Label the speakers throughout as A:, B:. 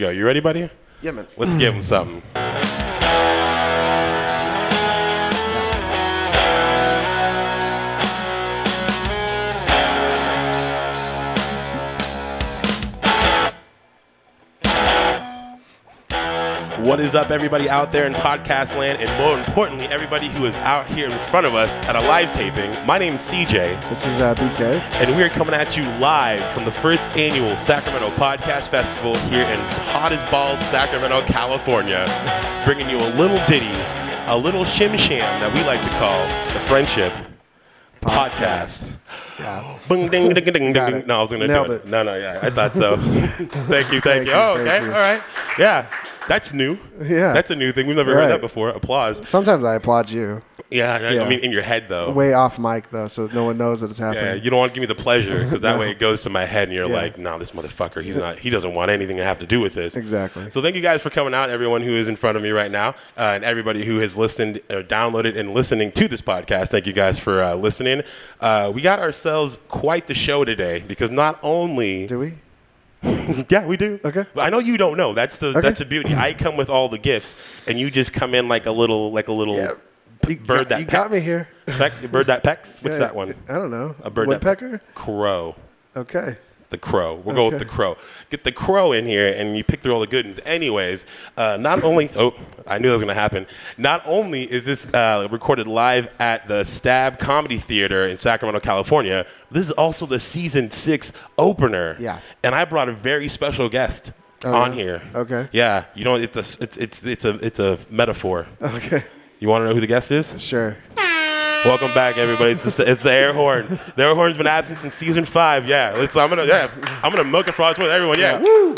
A: Yo, you ready, buddy?
B: Yeah, man.
A: Let's give him something. What is up, everybody out there in podcast land, and more importantly, everybody who is out here in front of us at a live taping? My name is CJ,
B: This is uh, BK.
A: and we are coming at you live from the first annual Sacramento Podcast Festival here in hot as balls, Sacramento, California, bringing you a little ditty, a little shim sham that we like to call the Friendship Podcast.
B: Yeah.
A: Bing, ding, ding, ding,
B: Got
A: ding.
B: it.
A: No, I was gonna
B: Nailed
A: do it.
B: it.
A: No, no, yeah, I thought so. thank you, thank, you.
B: you,
A: Oh,
B: thank
A: okay,
B: you.
A: all right, yeah. That's new.
B: Yeah.
A: That's a new thing. We've never heard
B: Right.
A: that before. Applause.
B: Sometimes I applaud you.
A: Yeah, I- I
B: Yeah.
A: mean, in your head though.
B: Way off mic though, so no one knows that it's
A: Yeah,
B: happening.
A: you don't want to give me the pleasure because that way it goes to my head and you're
B: Yeah.
A: like, nah, this motherfucker, he's not, he doesn't want anything to have to do with this.
B: Exactly.
A: So thank you guys for coming out, everyone who is in front of me right now, uh, and everybody who has listened, or downloaded, and listening to this podcast. Thank you guys for uh, listening. Uh, we got ourselves quite the show today because not only
B: Do we?
A: yeah, we do.
B: Okay.
A: But I know you don't know. That's the
B: Okay.
A: that's the beauty. I come with all the gifts, and you just come in like a little like a little
B: Yeah.
A: p-
B: You
A: bird
B: got-
A: that
B: you got me
A: pecks.
B: here.
A: Peck, bird that pecks. What's
B: Yeah,
A: that one?
B: I don't know.
A: A bird that-
B: Woodpecker.
A: Crow.
B: Okay.
A: The crow. We'll go with
B: Okay.
A: the crow. Get the crow in here, and you pick through all the good ones. Anyways, uh, not only oh, I knew that was gonna happen. Not only is this uh, recorded live at the Stab Comedy Theater in Sacramento, California, this is also the season six opener.
B: Yeah.
A: And I brought a very special guest
B: Oh,
A: on
B: yeah?
A: here.
B: Okay.
A: Yeah. You know, it's a it's it's it's a it's a metaphor.
B: Okay.
A: You want to know who the guest is?
B: Sure.
A: Welcome back, everybody. It's, just, it's the air horn. The air horn's been absent since season five. Yeah, let's, I'm gonna yeah, I'm gonna milk it for all it's worth. Everyone, yeah.
B: Yeah.
A: Woo!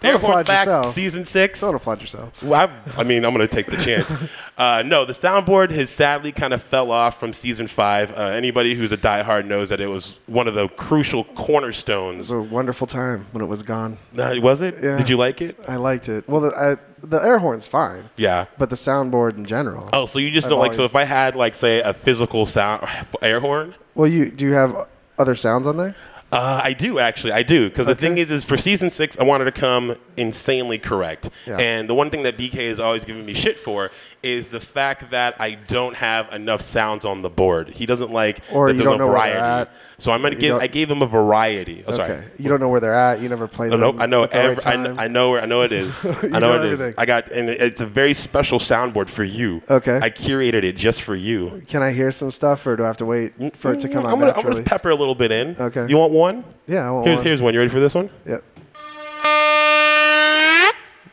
A: The air
B: applaud
A: horn's back,
B: yourself.
A: season six.
B: Don't applaud yourself.
A: Well, I'm- I, mean, I'm going to take the chance. Uh, no, the soundboard has sadly kind of fell off from season five. Uh, anybody who's a diehard knows that it was one of the crucial cornerstones.
B: It was a wonderful time when it was gone.
A: Uh, was it?
B: Yeah.
A: Did you like it?
B: I liked it. Well, the, I, the air horn's fine.
A: Yeah.
B: But the soundboard in general.
A: Oh, so you just
B: I've
A: don't like? So
B: always-
A: if I had like say a physical sound air horn,
B: Well, you do you have other sounds on there?
A: Uh, I do actually, I do. Because the
B: Okay.
A: thing is, is for season six, I wanted to come insanely correct.
B: Yeah.
A: And the one thing that BK has always given me shit for is the fact that I don't have enough sounds on the board. He doesn't like
B: Or
A: that
B: you
A: there's
B: don't
A: a
B: know where they're
A: variety.
B: at.
A: So I'm gonna give.
B: don't-
A: I gave him a variety. Oh, sorry.
B: You don't know where they're at. You never played
A: No,
B: them.
A: no, I know
B: at the right
A: every, I, kn-
B: time.
A: I know where I know it is. I know,
B: know
A: it is.
B: everything.
A: I got and it's a very special soundboard for you.
B: Okay.
A: I curated it just for you.
B: Can I hear some stuff, or do I have to wait for it to come
A: Mm, I'm gonna,
B: out
A: I'm gonna
B: naturally?
A: just pepper a little bit in.
B: Okay.
A: You want one?
B: yeah, I want
A: Here's
B: one.
A: here's one. You ready for this one?
B: Yep.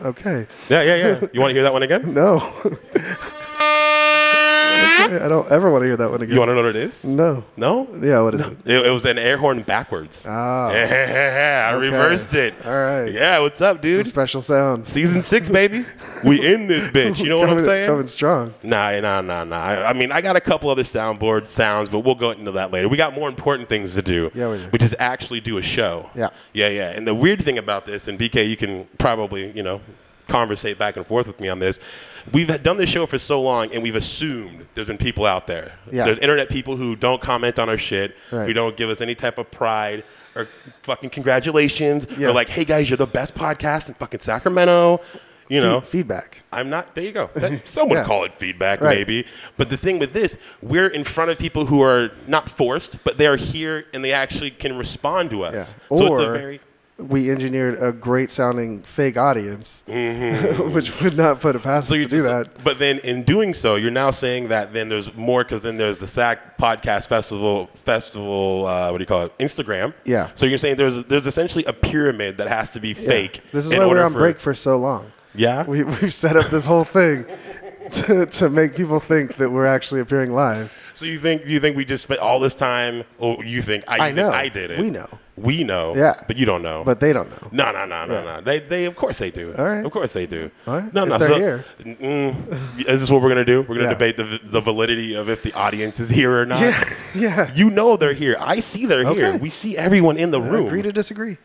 B: Okay.
A: Yeah, yeah, yeah. You want to hear that one again?
B: No. I don't ever want to hear that one again.
A: You want to know what it is?
B: no.
A: No?
B: Yeah, what is it?
A: It, it was an air horn backwards.
B: Ah.
A: Yeah, I
B: Okay.
A: reversed it.
B: All right.
A: Yeah, what's up, dude?
B: It's a special sound.
A: Season six, baby. we in this bitch. You know what I'm
B: Coming-
A: saying?
B: Coming strong.
A: Nah, nah, nah, nah. I, I mean, I got a couple other soundboard sounds, but we'll go into that later. We got more important things to do,
B: Yeah, we do.
A: which is actually do a show.
B: Yeah.
A: Yeah, yeah. And the weird thing about this, and BK, you can probably, you know, conversate back and forth with me on this. We've done this show for so long, and we've assumed there's been people out there.
B: Yeah.
A: There's internet people who don't comment on our shit,
B: Right.
A: who don't give us any type of pride or fucking congratulations,
B: Yeah.
A: or like, hey guys, you're the best podcast in fucking Sacramento. You know,
B: Fe- feedback.
A: I'm not. There you go. That, some would
B: Yeah.
A: call it feedback,
B: Right.
A: maybe. But the thing with this, we're in front of people who are not forced, but they are here and they actually can respond to
B: Yeah.
A: us.
B: Or
A: so it's a very
B: we engineered a great sounding fake audience, which would not put it past
A: Mm-hmm. so
B: us
A: you
B: to do that.
A: But then in doing so, you're now saying that then there's more because then there's the SAC Podcast Festival festival. Uh, what do you call it? Instagram.
B: Yeah.
A: So you're saying there's there's essentially a pyramid that has to be
B: Yeah.
A: fake.
B: This is
A: in
B: why
A: order
B: we're on
A: for-
B: break for so long.
A: Yeah.
B: We, we've set up this whole thing to, to make people think that we're actually appearing live.
A: So you think you think we just spent all this time? Oh, you think I,
B: I
A: think
B: know.
A: I did it?
B: We know.
A: We know.
B: Yeah.
A: But you don't know.
B: But they don't know.
A: no, no, no, no, no. They, they, of course they do.
B: All right.
A: Of course they do.
B: All right.
A: No,
B: If
A: no.
B: they're
A: so,
B: here.
A: Mm, is this what we're gonna do? We're gonna
B: Yeah.
A: debate the the validity of if the audience is here or not.
B: Yeah, yeah.
A: You know they're here. I see they're here.
B: Okay.
A: We see everyone in the room.
B: Agree to disagree.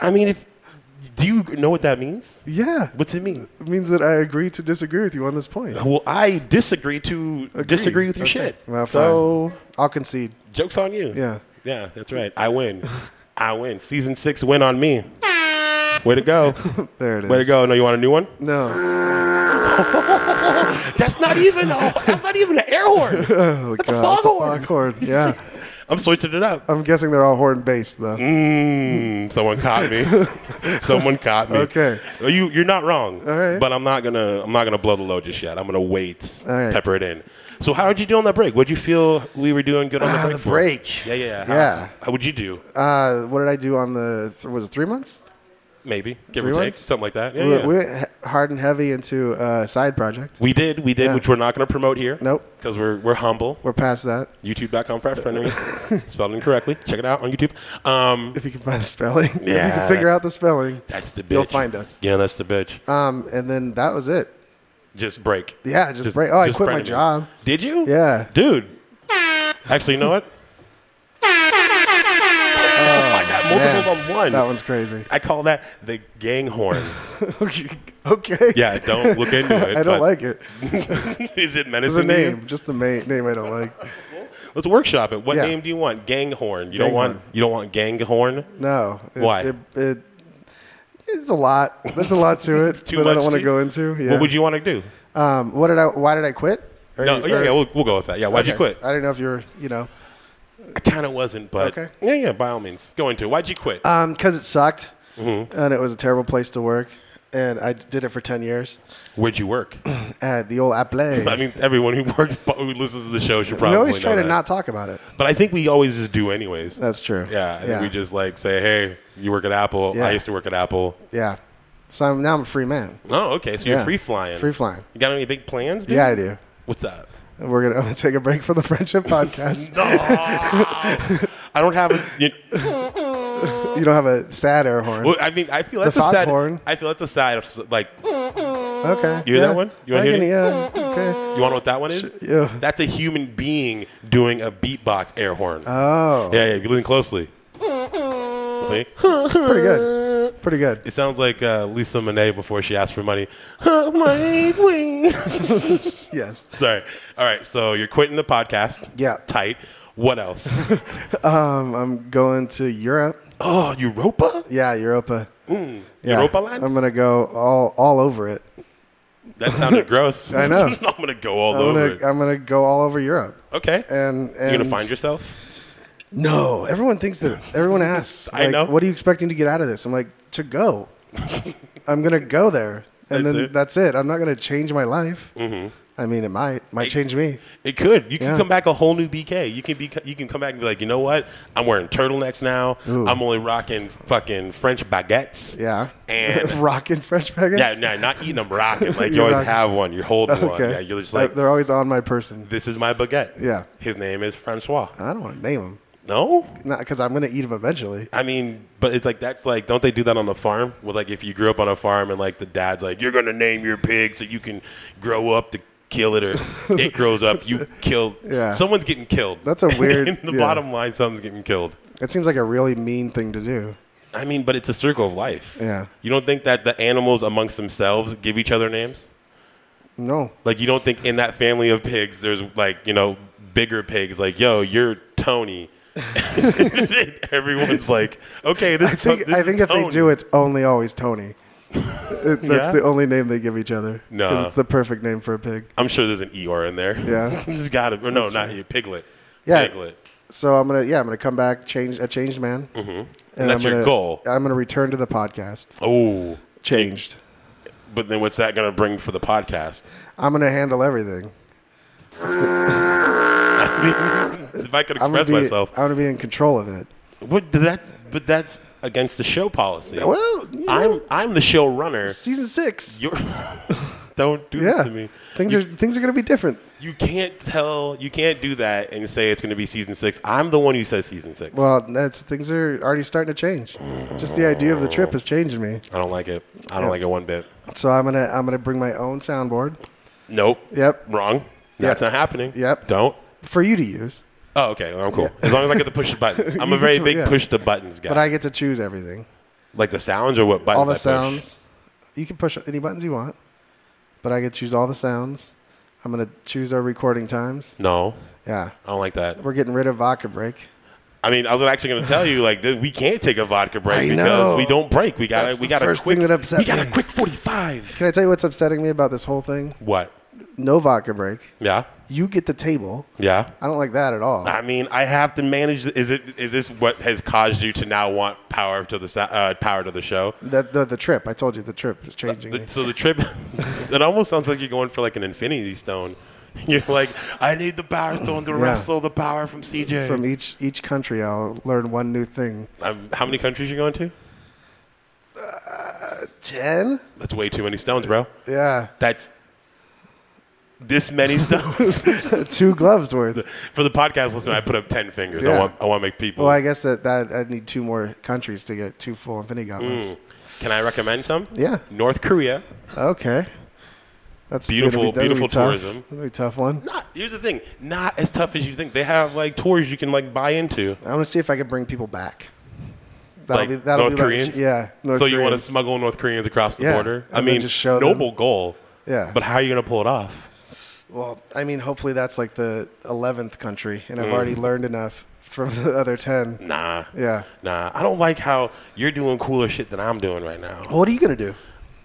A: I mean, if do you know what that means?
B: Yeah.
A: What's it mean?
B: It means that I agree to disagree with you on this point.
A: Well, I disagree to disagree with your
B: Okay.
A: shit.
B: Well,
A: so
B: fine. I'll concede.
A: Joke's on you.
B: Yeah.
A: Yeah, that's right. I win. I win. Season six win on me. Way to go.
B: There it is.
A: Way to go. No, you want a new one?
B: No.
A: That's not even a, that's not even an air horn.
B: Oh,
A: That's a
B: God. it's
A: foghorn.
B: foghorn. Yeah.
A: I'm switching it up.
B: I'm guessing they're all horn based, though.
A: Mm, someone caught me. someone caught me.
B: Okay.
A: You you're not wrong.
B: All right.
A: But I'm not gonna I'm not gonna blow the load just yet. I'm gonna wait.
B: All right.
A: Pepper it in. So how did you do on that break? What'd you feel we were doing good on the
B: Ah,
A: break?
B: the
A: for?
B: break.
A: Yeah, yeah, yeah. How-
B: Yeah.
A: How would you do?
B: Uh, what did I do on the, th- was it three months?
A: Maybe give
B: Three
A: or take
B: months?
A: something like that. Yeah,
B: we,
A: yeah.
B: we went he- hard and heavy into a side project.
A: We did, we did,
B: Yeah.
A: which we're not going to promote here.
B: Nope.
A: Because we're, we're humble.
B: We're past that,
A: YouTube.com for our frenemies. Spelled incorrectly. Check it out on YouTube. Um,
B: if you can find the spelling. if you
A: Yeah,
B: can figure out the spelling,
A: that's the bitch.
B: you'll find us.
A: Yeah, that's the bitch.
B: Um, and then that was it.
A: Just break.
B: Yeah, just, break. Oh, I
A: just
B: quit my
A: frenemies.
B: job.
A: Did you?
B: Yeah.
A: Dude. Actually, you know what? oh my God, multiples
B: Man,
A: on one.
B: That one's crazy.
A: I call that the gang horn.
B: okay. okay.
A: Yeah, don't look into it.
B: I don't
A: but-
B: like it.
A: Is it
B: It's a
A: menacing? to you?
B: name, just the ma- name I don't like.
A: Let's workshop it. What
B: Yeah.
A: name do you want? Gang horn. You don't
B: Gang
A: want.
B: horn.
A: You don't want gang horn.
B: No. It-
A: Why?
B: It, it, it's a lot. There's a lot to it
A: too
B: that I
A: much
B: don't want
A: to-
B: to go into. Yeah.
A: What would you want to do?
B: Um, what did I? Why did I quit? Or-
A: No, yeah,
B: or-
A: yeah, we'll, we'll go with that. Yeah, why'd you
B: okay.
A: quit? Mm-hmm.
B: I didn't know if you were, you know,
A: I kind of wasn't, but
B: Okay. Uh,
A: yeah, yeah, by all means, go into it. Why'd you quit?
B: because Um, it sucked,
A: Mm-hmm.
B: and it was a terrible place to work, and I did it for ten years
A: Where'd you work?
B: at the old Apple.
A: I mean, everyone who works who listens to the show should
B: we
A: probably
B: always try
A: know
B: to
A: that.
B: not talk about it.
A: But I think we always just do anyways.
B: That's true.
A: yeah, I think
B: yeah,
A: we just like say, hey, you work at Apple.
B: Yeah.
A: I used to work at Apple.
B: yeah. So I'm, now I'm a free man.
A: Oh, okay, so you're
B: Yeah.
A: free flying.
B: Free flying.
A: You got any big plans? Dude?
B: Yeah, I do.
A: What's that?
B: We're gonna, I'm gonna take a break from the friendship podcast.
A: No, I don't have a. You,
B: You don't have a sad air horn.
A: Well, I mean, I feel that's a
B: thought
A: side.
B: porn.
A: I feel that's a side of like. You
B: Okay.
A: You hear that one? You
B: I
A: wanna hear
B: can-
A: it?
B: Yeah. Okay.
A: want to know what that one is?
B: yeah.
A: That's a human being doing a beatbox air horn.
B: Oh,
A: yeah, yeah. If you listen closely. See,
B: pretty good. Pretty good.
A: it sounds like uh, Lisa Monet before she asked for money. My queen.
B: Yes.
A: Sorry. All right. So you're quitting the podcast.
B: Yeah.
A: Tight. What else?
B: Um, I'm going to Europe.
A: oh, Europa.
B: Yeah, Europa. Yeah.
A: Europa land.
B: I'm gonna go all all over it.
A: that sounded gross.
B: I know.
A: I'm gonna go all
B: I'm
A: over
B: gonna
A: it.
B: I'm gonna go all over Europe.
A: okay.
B: And, and
A: you're gonna find yourself.
B: no. Everyone thinks that. Everyone asks.
A: I
B: like,
A: know.
B: What are you expecting to get out of this? I'm like to go. I'm gonna go there,
A: That's
B: and then
A: it.
B: that's it. I'm not gonna change my life. Mm-hmm. I mean, it might might change me.
A: It could. You can
B: Yeah.
A: come back a whole new BK. You can be. You can come back and be like, you know what? I'm wearing turtlenecks now.
B: Ooh.
A: I'm only rocking fucking French baguettes.
B: Yeah.
A: And-
B: rocking French baguettes.
A: Yeah, no, not eating them, rocking. Like you
B: You're
A: always
B: rocking.
A: have one. You're holding one. Yeah, you're just like,
B: They're- they're always on my person.
A: this is my baguette.
B: Yeah.
A: His name is Francois.
B: I don't want to name them,
A: No.
B: not because I'm gonna eat them eventually.
A: I mean, but it's like that's like don't they do that on the farm? With like if you grew up on a farm and like the dad's like you're gonna name your pig so you can grow up to kill it or it grows up you kill
B: Yeah.
A: someone's getting killed.
B: That's a weird-
A: In the
B: yeah.
A: bottom line, someone's getting killed.
B: It seems like a really mean thing to do.
A: I mean, but it's a circle of life.
B: Yeah.
A: You don't think that the animals amongst themselves give each other names?
B: No,
A: Like you don't think in that family of pigs there's like, you know, bigger pigs like, yo, you're Tony. Everyone's like, okay, this
B: I think
A: this
B: I
A: is
B: think if they
A: Tony.
B: do, it's only always Tony. It- that's
A: Yeah?
B: the only name they give each other. 'cause
A: Nah.
B: it's the perfect name for a pig.
A: I'm sure there's an ER in there.
B: Yeah.
A: There's got to, or no, not you, Piglet.
B: Yeah.
A: Piglet.
B: So I'm gonna yeah I'm gonna come back change a changed man. Mm-hmm. And,
A: Mm. that's your
B: gonna,
A: goal.
B: I'm gonna return to the podcast
A: Oh.
B: changed.
A: But then what's that going to bring for the podcast?
B: I'm gonna handle everything.
A: if I could
B: I'm gonna
A: express
B: be
A: myself.
B: I'm gonna be in control of it.
A: What, that, but that's against the show policy.
B: Well, you know,
A: I'm, I'm the show runner.
B: season six.
A: You're, don't do
B: yeah,
A: this to me.
B: things
A: you,
B: are things are gonna be different.
A: you can't tell. You can't do that and say it's going to be season six. I'm the one who says season six.
B: Well, that's things are already starting to change. Just the idea of the trip is changing me.
A: I don't like it. I don't
B: Yeah.
A: like it one bit.
B: So I'm gonna I'm gonna bring my own soundboard
A: Nope.
B: Yep.
A: Wrong. That's
B: Yeah.
A: not happening.
B: Yep.
A: Don't.
B: for you to use,
A: Oh, okay. Well, I'm cool. As long as I get to push the buttons. I'm a
B: You
A: very
B: get to-
A: big
B: yeah.
A: push the buttons guy.
B: but I get to choose everything,
A: like the sounds or what buttons
B: all the
A: I push?
B: sounds. You can push any buttons you want, but I get to choose all the sounds. I'm gonna choose our recording times.
A: No,
B: Yeah,
A: I don't like that.
B: we're getting rid of vodka break.
A: I mean, I was actually going to tell you like that we can't take a vodka break
B: I
A: because
B: know.
A: we don't break. We got
B: That's
A: to we
B: the
A: got a
B: first
A: quick
B: thing that upset
A: we got a
B: me.
A: quick 45.
B: Can I tell you what's upsetting me about this whole thing?
A: What?
B: No vodka break.
A: Yeah.
B: You get the table.
A: Yeah.
B: I don't like that at all.
A: I mean, I have to manage. Is it is this what has caused you to now want power to the sa- uh, power to the show?
B: The, the the trip. I told you the trip is changing me.
A: The- so the trip, it almost sounds like you're going for like an infinity stone. You're like, I need the power stone to
B: Yeah.
A: wrestle the power from CJ.
B: From E- each each country, I'll learn one new thing.
A: um, how many countries you going to?
B: Ten?
A: That's way too many stones, bro.
B: Yeah,
A: That's this many stones.
B: two gloves worth.
A: for the podcast listener, I put up ten fingers. I
B: Yeah.
A: want I want to make people.
B: Well, I guess that that I need two more countries to get two full infinity gauntlets.
A: Mm. Can I recommend some?
B: Yeah.
A: North Korea.
B: Mm. Okay. That's that'll
A: Beautiful-
B: that'll
A: beautiful
B: tough.
A: tourism.
B: That'll be a tough one.
A: Not here's the thing. Not as tough as you think. They have like tours you can like buy into.
B: I want to see if I can bring people back. That'll
A: Like
B: be that'll
A: North
B: be like-
A: Koreans?
B: yeah. North
A: so you want to
B: Koreans.
A: smuggle North Koreans across the
B: Yeah,
A: border? I
B: and then
A: mean,
B: just show them.
A: noble goal.
B: Yeah.
A: But how are you going to pull it off?
B: Well, I mean, hopefully that's like the eleventh country, and
A: Mm.
B: I've already learned enough from the other ten.
A: Nah.
B: Yeah.
A: Nah. I don't like how you're doing cooler shit than I'm doing right now.
B: What are you gonna do?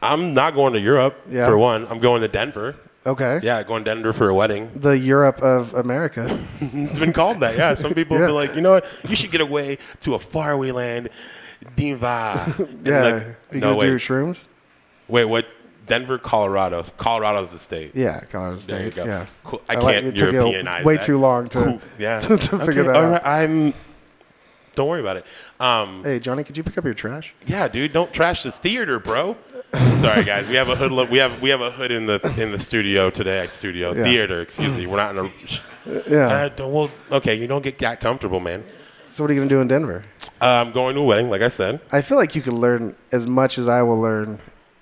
A: I'm not going to Europe
B: Yeah.
A: for one. I'm going to Denver.
B: Okay.
A: Yeah, going to Denver for a wedding.
B: The Europe of America.
A: It's been called that. Yeah, some people
B: Yeah.
A: have been like, you know what? You should get away to a faraway land, Diva. And
B: Yeah.
A: like,
B: you
A: no
B: gonna do
A: wait,
B: shrooms?
A: wait, what? Denver, Colorado. Colorado's the state.
B: Yeah, Colorado State.
A: There you go.
B: Yeah.
A: Cool. I
B: I
A: can't
B: like- it took you
A: Europeanize
B: way
A: that.
B: too long to-
A: Cool. yeah.
B: to- to figure that
A: all
B: out.
A: right, I'm. Don't worry about it. Um,
B: Hey, Johnny, could you pick up your trash?
A: yeah, dude, don't trash this theater, bro. Sorry, guys. We have a hood. We have we have a hood in the in the studio today. Studio
B: Yeah.
A: theater. Excuse me. We're not in a.
B: Yeah.
A: Uh, don't, well, okay, you don't get that comfortable, man.
B: So what are you gonna do in Denver?
A: Uh, I'm going to a wedding, like I said.
B: I feel like you could learn as much as I will learn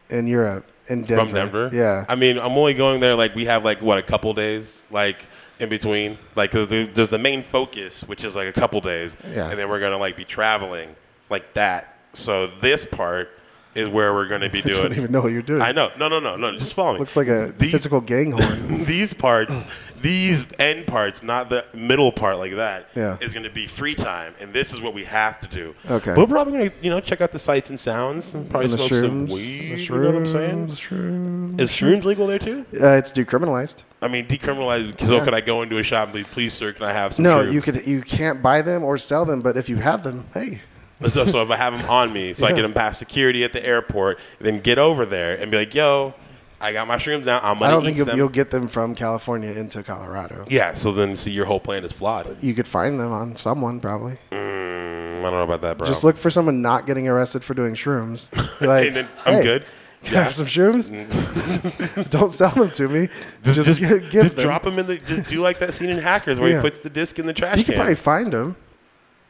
B: in Europe in Denver.
A: from Denver.
B: Yeah.
A: I mean, I'm only going there like we have like what a couple days like in between, like because there's the main focus, which is like a couple days,
B: Yeah.
A: and then we're gonna like be traveling like that. So this part is where we're gonna be
B: I don't
A: doing.
B: even know what you're doing.
A: I know. No, no, no, no. Just follow me.
B: Looks like a
A: These-
B: physical gang horn.
A: these parts, these end parts, not the middle part like that, is
B: Yeah.
A: going to be free time, and this is what we have to do.
B: Okay.
A: We're probably going to, you know, check out the sights and sounds, and probably
B: And the
A: smoke some
B: shrooms.
A: weed.
B: the
A: you know what I'm saying?
B: shrooms,
A: Is shrooms legal there too?
B: shrooms. Uh, it's decriminalized.
A: I mean, decriminalize. So
B: Yeah.
A: could I go into a shop and be, please, sir, can I have some?
B: No,
A: shrooms?"
B: you could you can't buy them or sell them, but if you have them, hey,
A: So, so if I have them on me, so I
B: Yeah.
A: get them past security at the airport, then get over there and be like, yo, I got my shrooms now. I'm gonna
B: I don't
A: eat
B: think you'll,
A: them.
B: you'll get them from California into Colorado.
A: yeah. So then, see, your whole plan is flawed.
B: You could find them on someone probably.
A: Mm, I don't know about that, bro.
B: Just look for someone not getting arrested for doing shrooms. Be Like,
A: And then, "I'm
B: "Hey,
A: good."
B: Can I have some
A: Mm.
B: shrooms? Don't sell them to me. Just,
A: just,
B: gi- give
A: just
B: them.
A: drop them in the just do like that scene in Hackers where
B: Yeah.
A: he puts the disc in the trash
B: You
A: can.
B: could probably find them.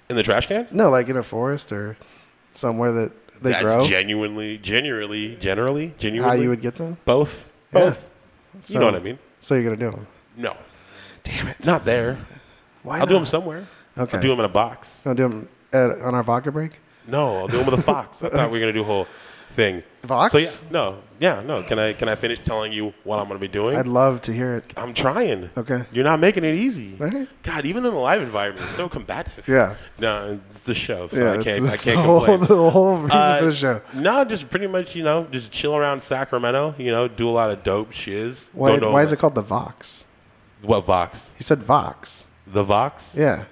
A: in the trash can?
B: No, like in a forest or somewhere that they
A: That's
B: grow.
A: genuinely, generally, generally, genuinely.
B: How you would get them?
A: both,
B: Yeah.
A: both. you know what I mean?
B: So you're gonna do them?
A: No, damn it, not there.
B: Why
A: I'll do them somewhere.
B: Okay.
A: I'll do them in a box.
B: Gonna do them at, on our vodka break?
A: No, I'll do them with a fox. I thought we were gonna do a whole thing.
B: Vox?
A: So yeah, no, yeah, no. Can I can I finish telling you what I'm gonna be doing?
B: I'd love to hear it.
A: I'm trying.
B: Okay.
A: You're not making it easy.
B: All right.
A: God, even in the live environment, it's so combative.
B: Yeah.
A: No, it's the show, so
B: yeah,
A: I
B: that's-
A: can't.
B: that's
A: I can't
B: the whole,
A: complain.
B: The whole reason
A: Uh,
B: for the show.
A: No, just pretty much, you know, just chill around Sacramento, you know, do a lot of dope shiz.
B: Why,
A: Don't know
B: why is it
A: about-
B: called the Vox?
A: What Vox?
B: He said Vox.
A: The Vox?
B: Yeah.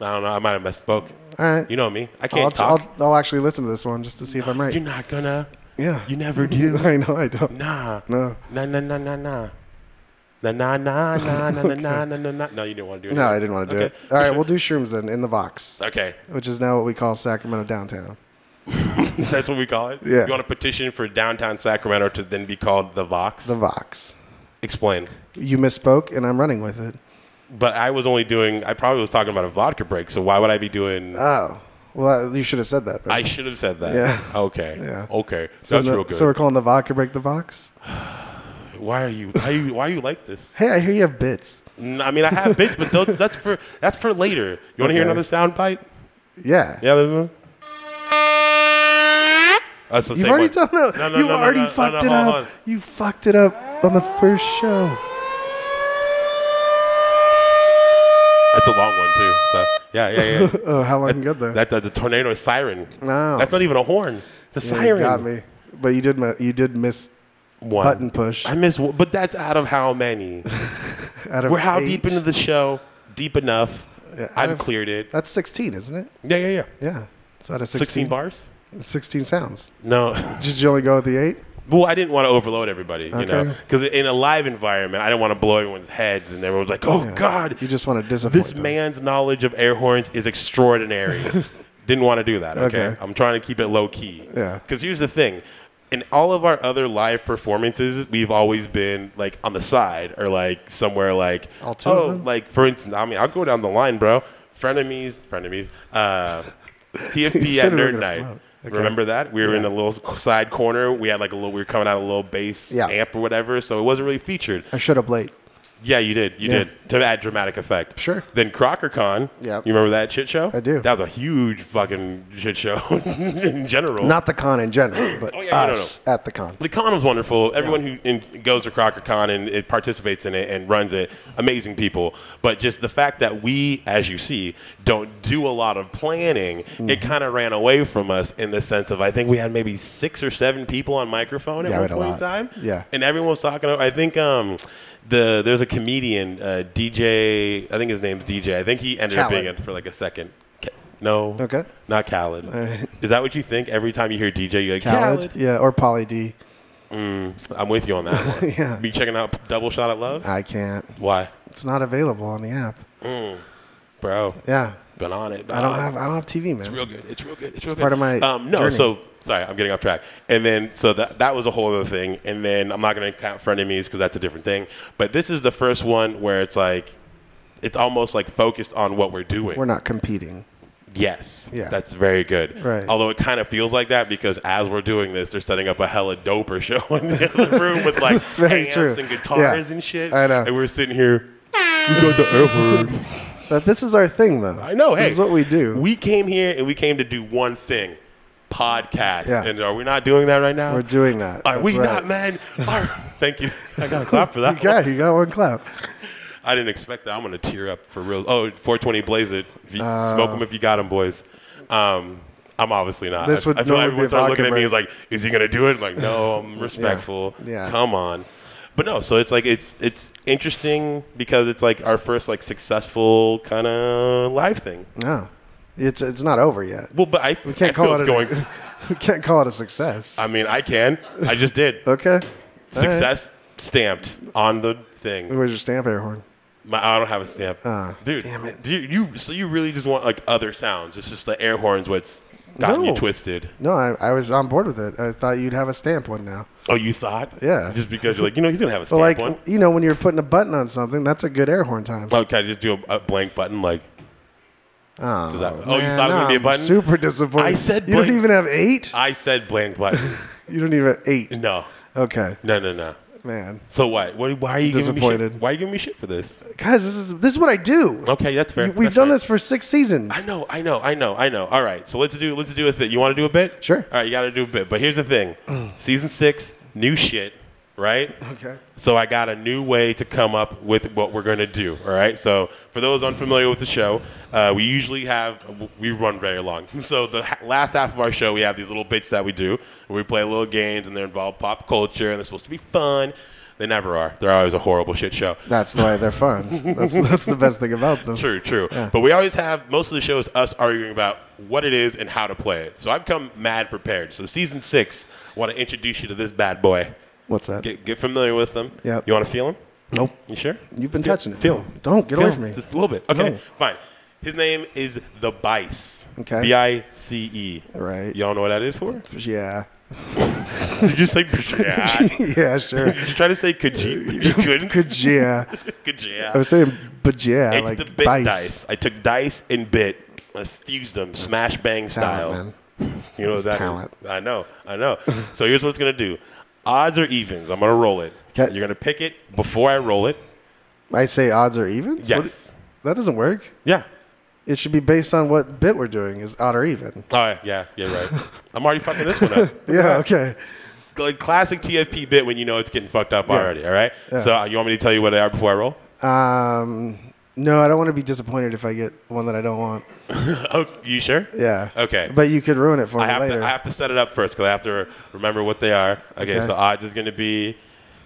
A: I don't know. I might have misspoke.
B: All right.
A: You know me. I
B: I'll,
A: can't talk.
B: I'll, I'll actually listen to this one just to see if I'm right.
A: You're not gonna.
B: yeah.
A: You never do.
B: I know I don't.
A: Nah.
B: No.
A: Nah, nah, nah, nah, nah. Nah, nah, nah, nah, nah, nah, nah, nah, nah, nah. No, you didn't want to do it.
B: No, I didn't want to do
A: Okay.
B: it. All right, we'll do shrooms then in the Vox,
A: Okay.
B: which is now what we call Sacramento downtown.
A: That's what we call it?
B: Yeah.
A: You want to petition for downtown Sacramento to then be called the Vox?
B: The Vox.
A: Explain.
B: You misspoke, and I'm running with it.
A: But I was only doing, I probably was talking about a vodka break, so why would I be doing.
B: Oh, well, you should have said that. Then.
A: I should have said that.
B: Yeah.
A: Okay.
B: Yeah.
A: Okay.
B: so,
A: That's
B: the-
A: real good.
B: so we're calling the vodka break the Vox.
A: why are you? Why are you? Why are you like this?
B: Hey, I hear you have bits.
A: N- I mean, I have bits, but those, that's for that's for later. You want to hear
B: Okay.
A: another sound bite?
B: Yeah.
A: Yeah. There's one. That's the
B: You've
A: same
B: already
A: one.
B: done that.
A: No, no,
B: you
A: no, no,
B: already
A: no, no,
B: fucked
A: no,
B: it
A: hold
B: up.
A: on.
B: You fucked it up on the first show.
A: That's a long one too. So Yeah, yeah, yeah.
B: Oh, how long ago though?
A: that, that the tornado siren.
B: No.
A: That's not even a horn. The
B: Yeah,
A: siren
B: You got me. But you did. mi- You did miss
A: One.
B: button push.
A: I miss, but that's out of how many?
B: out of
A: We're how
B: eight.
A: deep into the show? Deep enough.
B: Yeah, Uh, out
A: I've
B: of-
A: cleared it.
B: That's 16, isn't it?
A: Yeah, yeah, yeah.
B: Yeah. It's out of
A: 16,
B: 16.
A: bars?
B: 16 sounds.
A: No.
B: Did you only go with the eight?
A: well, I didn't want to overload everybody, you know,
B: Okay.
A: because in a live environment, I didn't want to blow everyone's heads, and everyone's like, "Oh
B: Yeah.
A: God,
B: You just want to disappoint
A: this
B: them.
A: man's knowledge of air horns is extraordinary. Didn't want to do that. Okay?
B: Okay.
A: I'm trying to keep it low key.
B: Yeah.
A: Because here's the thing. In all of our other live performances, we've always been like on the side or like somewhere like
B: All two of
A: oh,
B: them?
A: like for instance, I mean, I'll go down the line, bro. Frenemies, frenemies. Uh, TFP at
B: said we were
A: Nerd
B: gonna
A: Night.
B: promote. Okay.
A: Remember that? We were in a little side corner. We had like a little. We were coming out of a little bass
B: Yeah.
A: amp or whatever, so it wasn't really featured.
B: I showed up late.
A: Yeah, you did. You
B: Yeah.
A: did to add dramatic effect.
B: Sure.
A: Then CrockerCon.
B: Yep.
A: You remember that shit show?
B: I do.
A: That was a huge fucking shit show in general.
B: Not the con in general, but
A: Oh, yeah, no, no,
B: us at the con.
A: the con was wonderful. Everyone who in, goes to CrockerCon and it participates in it and runs it, amazing people. But just the fact that we, as you see, don't do a lot of planning, it
B: Mm-hmm.
A: kind of ran away from us in the sense of I think we had maybe six or seven people on microphone at
B: Yeah, we
A: one
B: had a
A: point in
B: lot.
A: time.
B: Yeah.
A: and everyone was talking. I think um, the there's a comedian uh, DJ. I think his name's DJ. I think he ended up being
B: Khaled.
A: it for like a second. Ca- No.
B: Okay.
A: Not Khaled.
B: right.
A: Is that what you think every time you hear DJ? You're like
B: Khaled.
A: Khaled.
B: Yeah, or Polly D.
A: I'm with you on that one.
B: Yeah.
A: Be checking out Double Shot at Love?
B: I can't.
A: Why?
B: It's not available on the app.
A: Bro,
B: Yeah.
A: been on it.
B: I don't have I don't have TV, man.
A: It's real good. It's real good. It's real good.
B: part of my
A: um, no.
B: journey.
A: So sorry, I'm getting off track. And then so that that was a whole other thing. And then I'm not going to count frenemies because that's a different thing. But this is the first one where it's like, it's almost like focused on what we're doing.
B: We're not competing.
A: Yes.
B: Yeah.
A: That's very good.
B: Right.
A: Although it kind of feels like that because as we're doing this, they're setting up a hella doper show in the other room with like
B: That's very
A: amps
B: true.
A: and guitars
B: Yeah.
A: and shit.
B: I know.
A: And we're sitting here. You got the air horn.
B: But this is our thing though.
A: I know. Hey,
B: This is what we do.
A: We came here and we came to do one thing, podcast.
B: Yeah.
A: And are we not doing that right now?
B: We're doing that.
A: Are
B: That's
A: we
B: right.
A: not, man? Are- thank you. I got a clap for that.
B: You got you got one clap.
A: I didn't expect that. I'm gonna tear up for real. Oh, 420 blaze it. If you,
B: Uh,
A: smoke them if you got them, boys. Um, I'm obviously not.
B: This
A: I-
B: would
A: I feel like
B: normally be
A: everyone started looking at me.
B: Valkenburg.
A: Is like, is he gonna do it? I'm like, no. I'm respectful.
B: Yeah.
A: Come on. But no. So it's like it's it's interesting because it's like our first like successful kind of live thing.
B: No. It's it's not over yet.
A: Well, but I
B: We can't
A: I
B: call
A: feel
B: it
A: it's
B: a,
A: going.
B: We can't call it a success.
A: I mean, I can. I just did.
B: okay. All right.
A: Success stamped on the thing.
B: Where's your stamp air horn?
A: My, I don't have a stamp,
B: Ah,
A: dude.
B: damn it.
A: do You, you so you really just want like other sounds? It's just the air horns what's gotten you
B: No.
A: twisted.
B: No, I, I was on board with it. I thought you'd have a stamp one now.
A: Oh, you thought?
B: Yeah.
A: Just because you're like, you know, he's gonna have a
B: But
A: stamp
B: like
A: one.
B: you know, when you're putting a button on something, that's a good air horn time.
A: Oh, can I just do a, a blank button? Like,
B: Oh,
A: that- oh, you thought it was gonna
B: now
A: be a
B: I'm
A: button?
B: Super disappointed.
A: I said
B: you don't
A: blank-
B: even have eight.
A: I said blank button.
B: You don't even have eight.
A: no,
B: Okay,
A: no, no, no.
B: man,
A: So what? What? Why are you giving me shit?
B: Disappointed.
A: Why are you giving me shit for this?
B: guys, this is this is what I do.
A: Okay, that's fair.
B: We've
A: That's
B: done
A: fine.
B: this for six seasons.
A: I know, I know, I know, I know. All right, so let's do let's do a thing. You want to do a bit?
B: Sure. Mm.
A: All right, you got to do a bit. But here's the thing: season six, new shit, right?
B: Okay.
A: So I got a new way to come up with what we're gonna do. All right. So for those unfamiliar with the show, uh, we usually have we run very long. So the ha- last half of our show, we have these little bits that we do where we play little games and they're involved pop culture and they're supposed to be fun. They never are. They're always a horrible shit show.
B: That's the way they're fun. That's that's the best thing about them.
A: True, true. But we always have most of the show is us arguing about what it is and how to play it. So I've come mad prepared. So season six, I want to introduce you to this bad boy.
B: What's that?
A: Get get familiar with him.
B: Yep.
A: You want to feel him?
B: nope.
A: You sure?
B: You've been
A: Feel-
B: touching it.
A: Feel him.
B: Don't
A: Feel
B: get away
A: him.
B: from me.
A: Just a little bit. Okay,
B: No.
A: fine. His name is the Bice.
B: Okay.
A: B I C E.
B: Right.
A: Y'all know what that is for?
B: Yeah.
A: Did you say? Yeah.
B: yeah. Sure.
A: Did you try to say Kajib? You couldn't.
B: Good. Yeah.
A: Kajib.
B: I was saying, but yeah,
A: It's
B: like
A: the bit dice.
B: dice.
A: I took dice and bit, I fused them, smash bang style.
B: man.
A: You know
B: That's
A: that?
B: talent.
A: I know, I know. so here's what it's gonna do: odds or evens. I'm gonna roll it.
B: 'Kay.
A: You're gonna pick it before I roll it.
B: I say odds or evens. What-
A: Yes.
B: that doesn't work.
A: Yeah.
B: It should be based on what bit we're doing is odd or even.
A: All right. Yeah. Yeah. Right. I'm already fucking this one up.
B: Yeah. Okay.
A: Like classic TFP bit when you know it's getting fucked up already. All right.
B: Yeah.
A: So uh, you want me to tell you what they are before I roll?
B: Um, No, I don't want to be disappointed if I get one that I don't want.
A: oh, you sure?
B: Yeah.
A: Okay.
B: But you could ruin it for
A: I
B: me
A: have,
B: later.
A: to, I have to set it up first because I have to remember what they are. Okay,
B: Okay.
A: so odds is going to be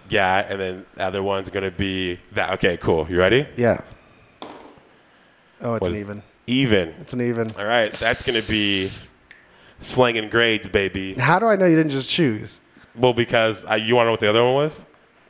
A: yeah, and then the other one's going to be that. Okay, cool. You ready?
B: yeah. Oh, it's
A: What
B: an
A: is-
B: even.
A: Even.
B: It's an even.
A: All right, that's going to be slanging grades, baby.
B: How do I know you didn't just choose?
A: Well, because I, you want to know what the other one was?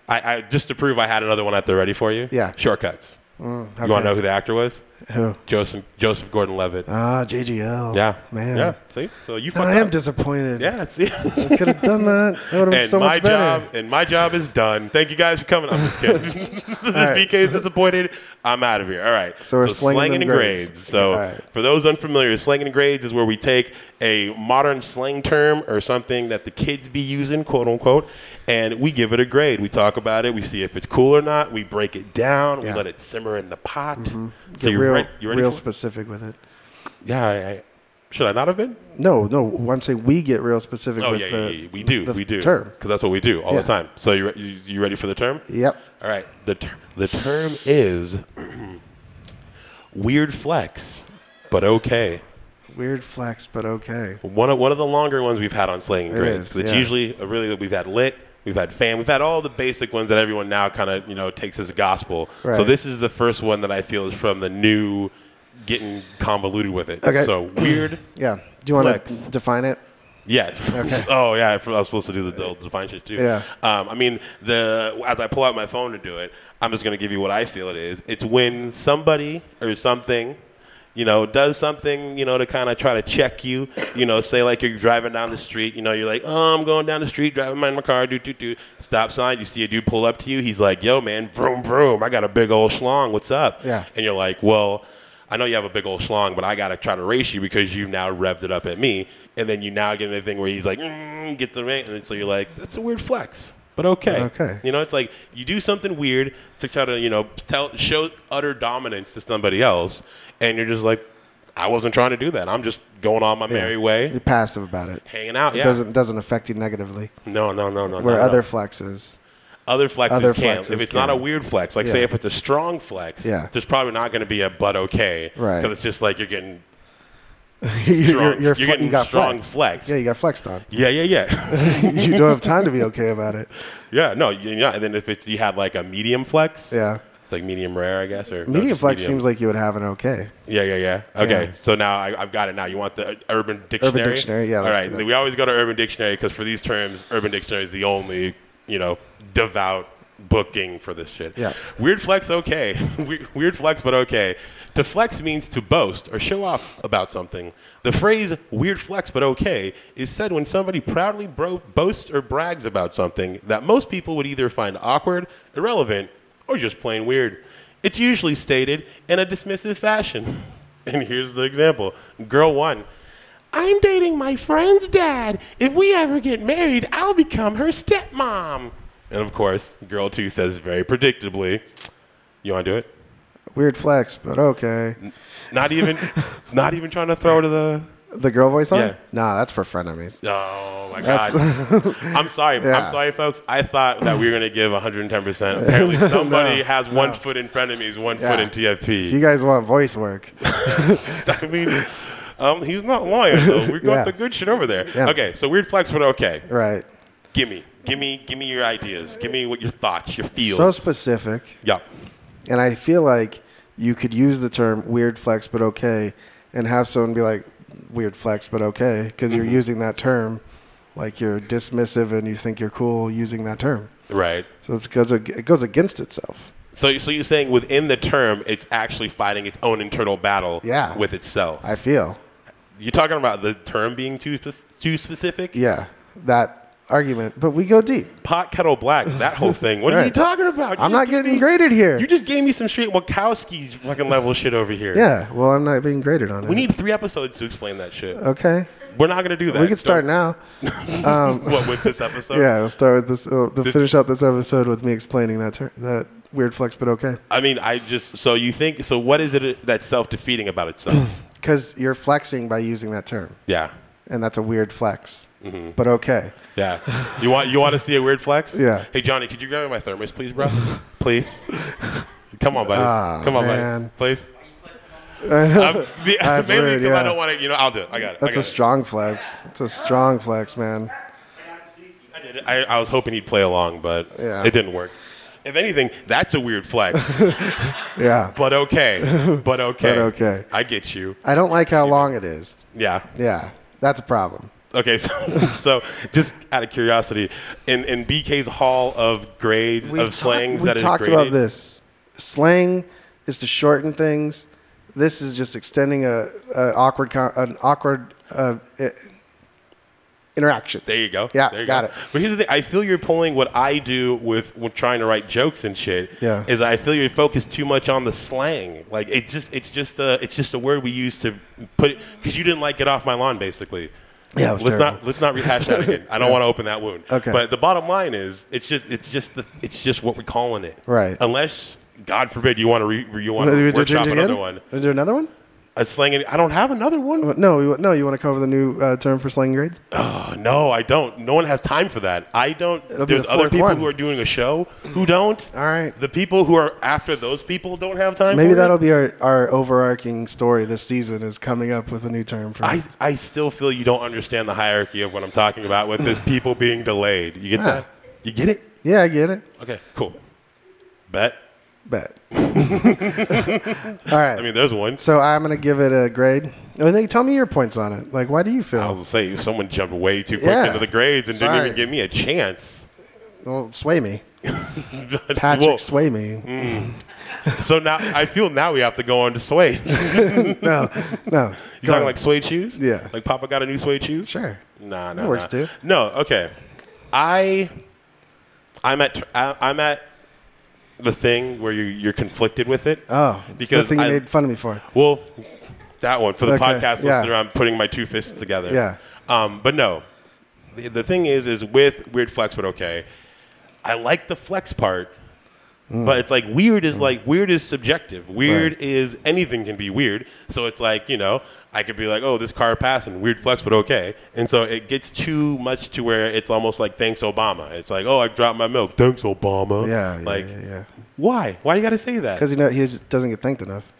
A: I, I just to prove I had another one at the ready for you.
B: Yeah.
A: Shortcuts.
B: Mm,
A: You want to know
B: okay.
A: who the actor was?
B: Who?
A: Joseph Joseph Gordon-Levitt.
B: Ah, JGL.
A: yeah.
B: Man.
A: Yeah. See. So you. fucked
B: I am
A: up.
B: disappointed.
A: Yeah. See.
B: I could have done that. That would have been
A: and
B: so
A: my
B: much better.
A: job and my job is done. Thank you guys for coming. I'm just kidding. this is
B: All right,
A: BK is disappointed. I'm out of here. All right.
B: So we're slinging them
A: and
B: grades.
A: So
B: All right.
A: for those unfamiliar, slanging and grades is where we take a modern slang term or something that the kids be using, quote unquote, and we give it a grade. We talk about it. We see if it's cool or not. We break it down. We
B: Yeah. Mm-hmm.
A: let it simmer in the pot. So
B: Get
A: you're
B: real,
A: right. You ready?
B: real
A: for it?
B: specific with it.
A: yeah. I, I, should I not have been?
B: No, no. I'm saying we get real specific
A: Oh
B: with
A: yeah, yeah,
B: the
A: yeah, yeah. We do.
B: the
A: we do.
B: term.
A: Because that's what we do all
B: Yeah.
A: the time. So you, re- you you ready for the term?
B: Yep.
A: All right. The ter- the term is weird flex, but okay.
B: Weird flex, but okay.
A: One of one of the longer ones we've had on slaying
B: is,
A: grades. It's
B: yeah.
A: usually a really we've had lit, we've had fam, we've had all the basic ones that everyone now kind of you know takes as gospel. So
B: Right.
A: this is the first one that I feel is from the new getting convoluted with it.
B: Okay.
A: So weird.
B: Yeah. Do you want
A: Flex.
B: to define it?
A: Yes.
B: Okay.
A: oh yeah, I f- I was supposed to do the, the define shit too.
B: Yeah.
A: Um, I mean, the as I pull out my phone to do it, I'm just gonna give you what I feel it is. It's when somebody or something, you know, does something, you know, to kind of try to check you. You know, say like you're driving down the street. You know, you're like, oh, I'm going down the street, driving my, my car, do do do. Stop sign. You see a dude pull up to you. He's like, Yo, man, vroom vroom. I got a big old schlong. What's up?
B: Yeah.
A: And you're like, well, I know you have a big old schlong, but I got to try to race you because you've now revved it up at me. And then you now get in a thing where he's like, mm, gets the ring. And then so you're like, that's a weird flex, but okay.
B: Okay.
A: You know, it's like you do something weird to try to, you know, tell, show utter dominance to somebody else. And you're just like, I wasn't trying to do that. I'm just going on my merry way,
B: You're passive about it.
A: hanging out.
B: It
A: Yeah. Uh-huh.
B: doesn't doesn't affect you negatively.
A: no, no, no, no.
B: Where
A: no,
B: other
A: no
B: flexes.
A: other flexes
B: Other
A: can't.
B: flexes
A: if it's not a
B: can.
A: weird flex, like
B: Yeah.
A: say if it's a strong flex,
B: Yeah.
A: there's probably not going to be a but okay.
B: Right.
A: Because it's just like you're getting strong.
B: you're, you're, you're, fle-
A: you're getting
B: you got
A: strong
B: flexed.
A: flex.
B: Yeah, you got flexed on.
A: Yeah, yeah, yeah.
B: you don't have time to be okay about it.
A: yeah, no, you- yeah. And then if it's, you had like a medium flex,
B: Yeah.
A: it's like medium rare, I guess. Or no,
B: Medium
A: just
B: flex seems like you would have an okay.
A: Yeah, yeah, yeah. Okay,
B: Yeah.
A: so now I, I've got it. Now you want the uh, Urban Dictionary?
B: Dictionary, yeah,
A: All
B: let's
A: right,
B: do that.
A: we always go to Urban Dictionary because for these terms, Urban Dictionary is the only you know devout booking for this shit.
B: Yeah.
A: Weird flex, okay. We- Weird flex, but okay. To flex means to boast or show off about something. The phrase "weird flex, but okay" is said when somebody proudly bro- boasts or brags about something that most people would either find awkward, irrelevant, or just plain weird. It's usually stated in a dismissive fashion. And here's the example Girl one, I'm dating my friend's dad. If we ever get married, I'll become her stepmom. And of course, girl two says very predictably, You want to do it?
B: Weird flex, but okay.
A: Not even, not even trying to throw to the.
B: The girl voice on?
A: Yeah.
B: Nah, that's for frenemies.
A: Oh my
B: That's-
A: God! I'm sorry.
B: Yeah.
A: I'm sorry, folks. I thought that we were gonna give 110. percent Apparently, somebody has one foot in frenemies, one
B: Yeah.
A: foot in TFP.
B: If you guys want voice work,
A: I mean, um, he's not lying though. We got
B: Yeah.
A: the good shit over there.
B: Yeah.
A: Okay, so weird flex, but okay.
B: right?
A: Gimme, gimme, gimme your ideas. Gimme what your thoughts, your feels.
B: So specific.
A: Yeah.
B: And I feel like you could use the term weird flex, but okay, and have someone be like, weird flex, but okay, because
A: Mm-hmm.
B: you're using that term like you're dismissive and you think you're cool using that term.
A: Right.
B: So it's goes, ag- it goes against itself.
A: So, so you're saying within the term, it's actually fighting its own internal battle
B: Yeah.
A: with itself.
B: I feel.
A: You're talking about the term being too spec- too specific.
B: Yeah, that argument. But we go deep.
A: Pot kettle black, that whole thing. What are you
B: Right.
A: talking about? You
B: I'm
A: just
B: not
A: gave
B: getting
A: me-
B: graded here.
A: You just gave me some straight Wachowski fucking level shit over here.
B: Yeah, well, I'm not being graded on it.
A: We need three episodes to explain that shit.
B: Okay.
A: We're not gonna do that.
B: We can start
A: Don't-
B: now.
A: What with this episode?
B: Yeah, we'll start with this. Uh, the finish out this episode with me explaining that ter- that weird flex, but okay.
A: I mean, I just so you think so. What is it that's self defeating about itself?
B: Because you're flexing by using that term,
A: yeah,
B: and that's a weird flex,
A: Mm-hmm.
B: but okay.
A: yeah. You want you want to see a weird flex?
B: Yeah.
A: Hey Johnny, could you grab me my thermos, please, bro? Please. Come on, buddy.
B: Ah,
A: Come on,
B: man.
A: buddy. Please. I'm,
B: That's
A: the, mainly
B: weird,
A: 'cause I
B: yeah.
A: don't want to. You know, I'll do it. I got it. I, got
B: That's a
A: it.
B: strong flex. It's a strong flex, man.
A: I did it. I, I was hoping he'd play along, but
B: Yeah.
A: it didn't work. If anything, that's a weird flex,
B: Yeah.
A: but okay, but okay,
B: But okay.
A: I get you.
B: I don't like how long it is.
A: Yeah.
B: Yeah. That's a problem.
A: Okay. So, so just out of curiosity, in, in BK's hall of grade
B: We've
A: of slangs
B: talked- we
A: that is
B: talked
A: graded,
B: about this. Slang is to shorten things. This is just extending a, a awkward con- an awkward uh, i- interaction.
A: There you go.
B: Yeah,
A: There you
B: got
A: go.
B: it.
A: But here's the thing: I feel you're pulling what I do with, with trying to write jokes and shit.
B: Yeah.
A: Is I feel you're focused too much on the slang. Like it's just it's just the it's just a word we use to put it because you didn't like it off my lawn basically.
B: Yeah, it was
A: let's
B: terrible.
A: not let's not rehash that again. I don't want to open that wound.
B: Okay.
A: But the bottom line is it's just it's just the it's just what we're calling it.
B: Right.
A: Unless God forbid you want to re, you want
B: Wanna do
A: to
B: it- do it
A: workshop
B: again?
A: another one.
B: Wanna Do another one?
A: A slang. I don't have another one.
B: No, you, no. You want to cover the new uh, term for slang grades?
A: Oh, no, I don't. No one has time for that. I don't.
B: It'll be
A: there's
B: the
A: other
B: fourth
A: people
B: one.
A: who are doing a show who don't.
B: All right.
A: The people who are after those people don't have time.
B: Maybe
A: for
B: that'll
A: It.
B: be our, our overarching story this season is coming up with a new term for.
A: I, I still feel you don't understand the hierarchy of what I'm talking about with this people being delayed. You get
B: Ah.
A: that? You get it?
B: yeah, I get it.
A: Okay, cool. Bet.
B: Bet. All right.
A: I mean, there's one.
B: so I'm gonna give it a grade. And then tell me your points on it. Like, why do you feel?
A: I was gonna say someone jumped way too quick
B: Yeah.
A: into the grades and didn't
B: Sorry.
A: even give me a chance.
B: Well, sway me, Patrick.
A: Well,
B: sway me.
A: so now I feel now we have to go on to suede. You
B: no, no. Go
A: talking
B: on.
A: like suede shoes?
B: Yeah.
A: Like Papa got a new suede shoes?
B: sure.
A: Nah, nah,
B: That works,
A: nah.
B: too.
A: No, okay. I, I'm at, I, I'm at the thing where you're, you're conflicted with it.
B: Oh, it's
A: because
B: the thing you
A: I-
B: made fun of me for.
A: well, that one for the
B: Okay,
A: podcast
B: yeah.
A: listener, I'm putting my two fists together.
B: Yeah.
A: Um, but no, the, the thing is, is with weird flex, but okay, I like the flex part. But it's like weird is like weird is subjective. Weird
B: Mm. Right.
A: is anything can be weird. So it's like you know I could be like oh this car passing weird flex but okay. And so it gets too much to where it's almost like thanks Obama. It's like oh I dropped my milk thanks Obama.
B: Yeah, yeah,
A: Like
B: yeah, yeah.
A: why why you got to say that?
B: Because you know he just doesn't get thanked enough.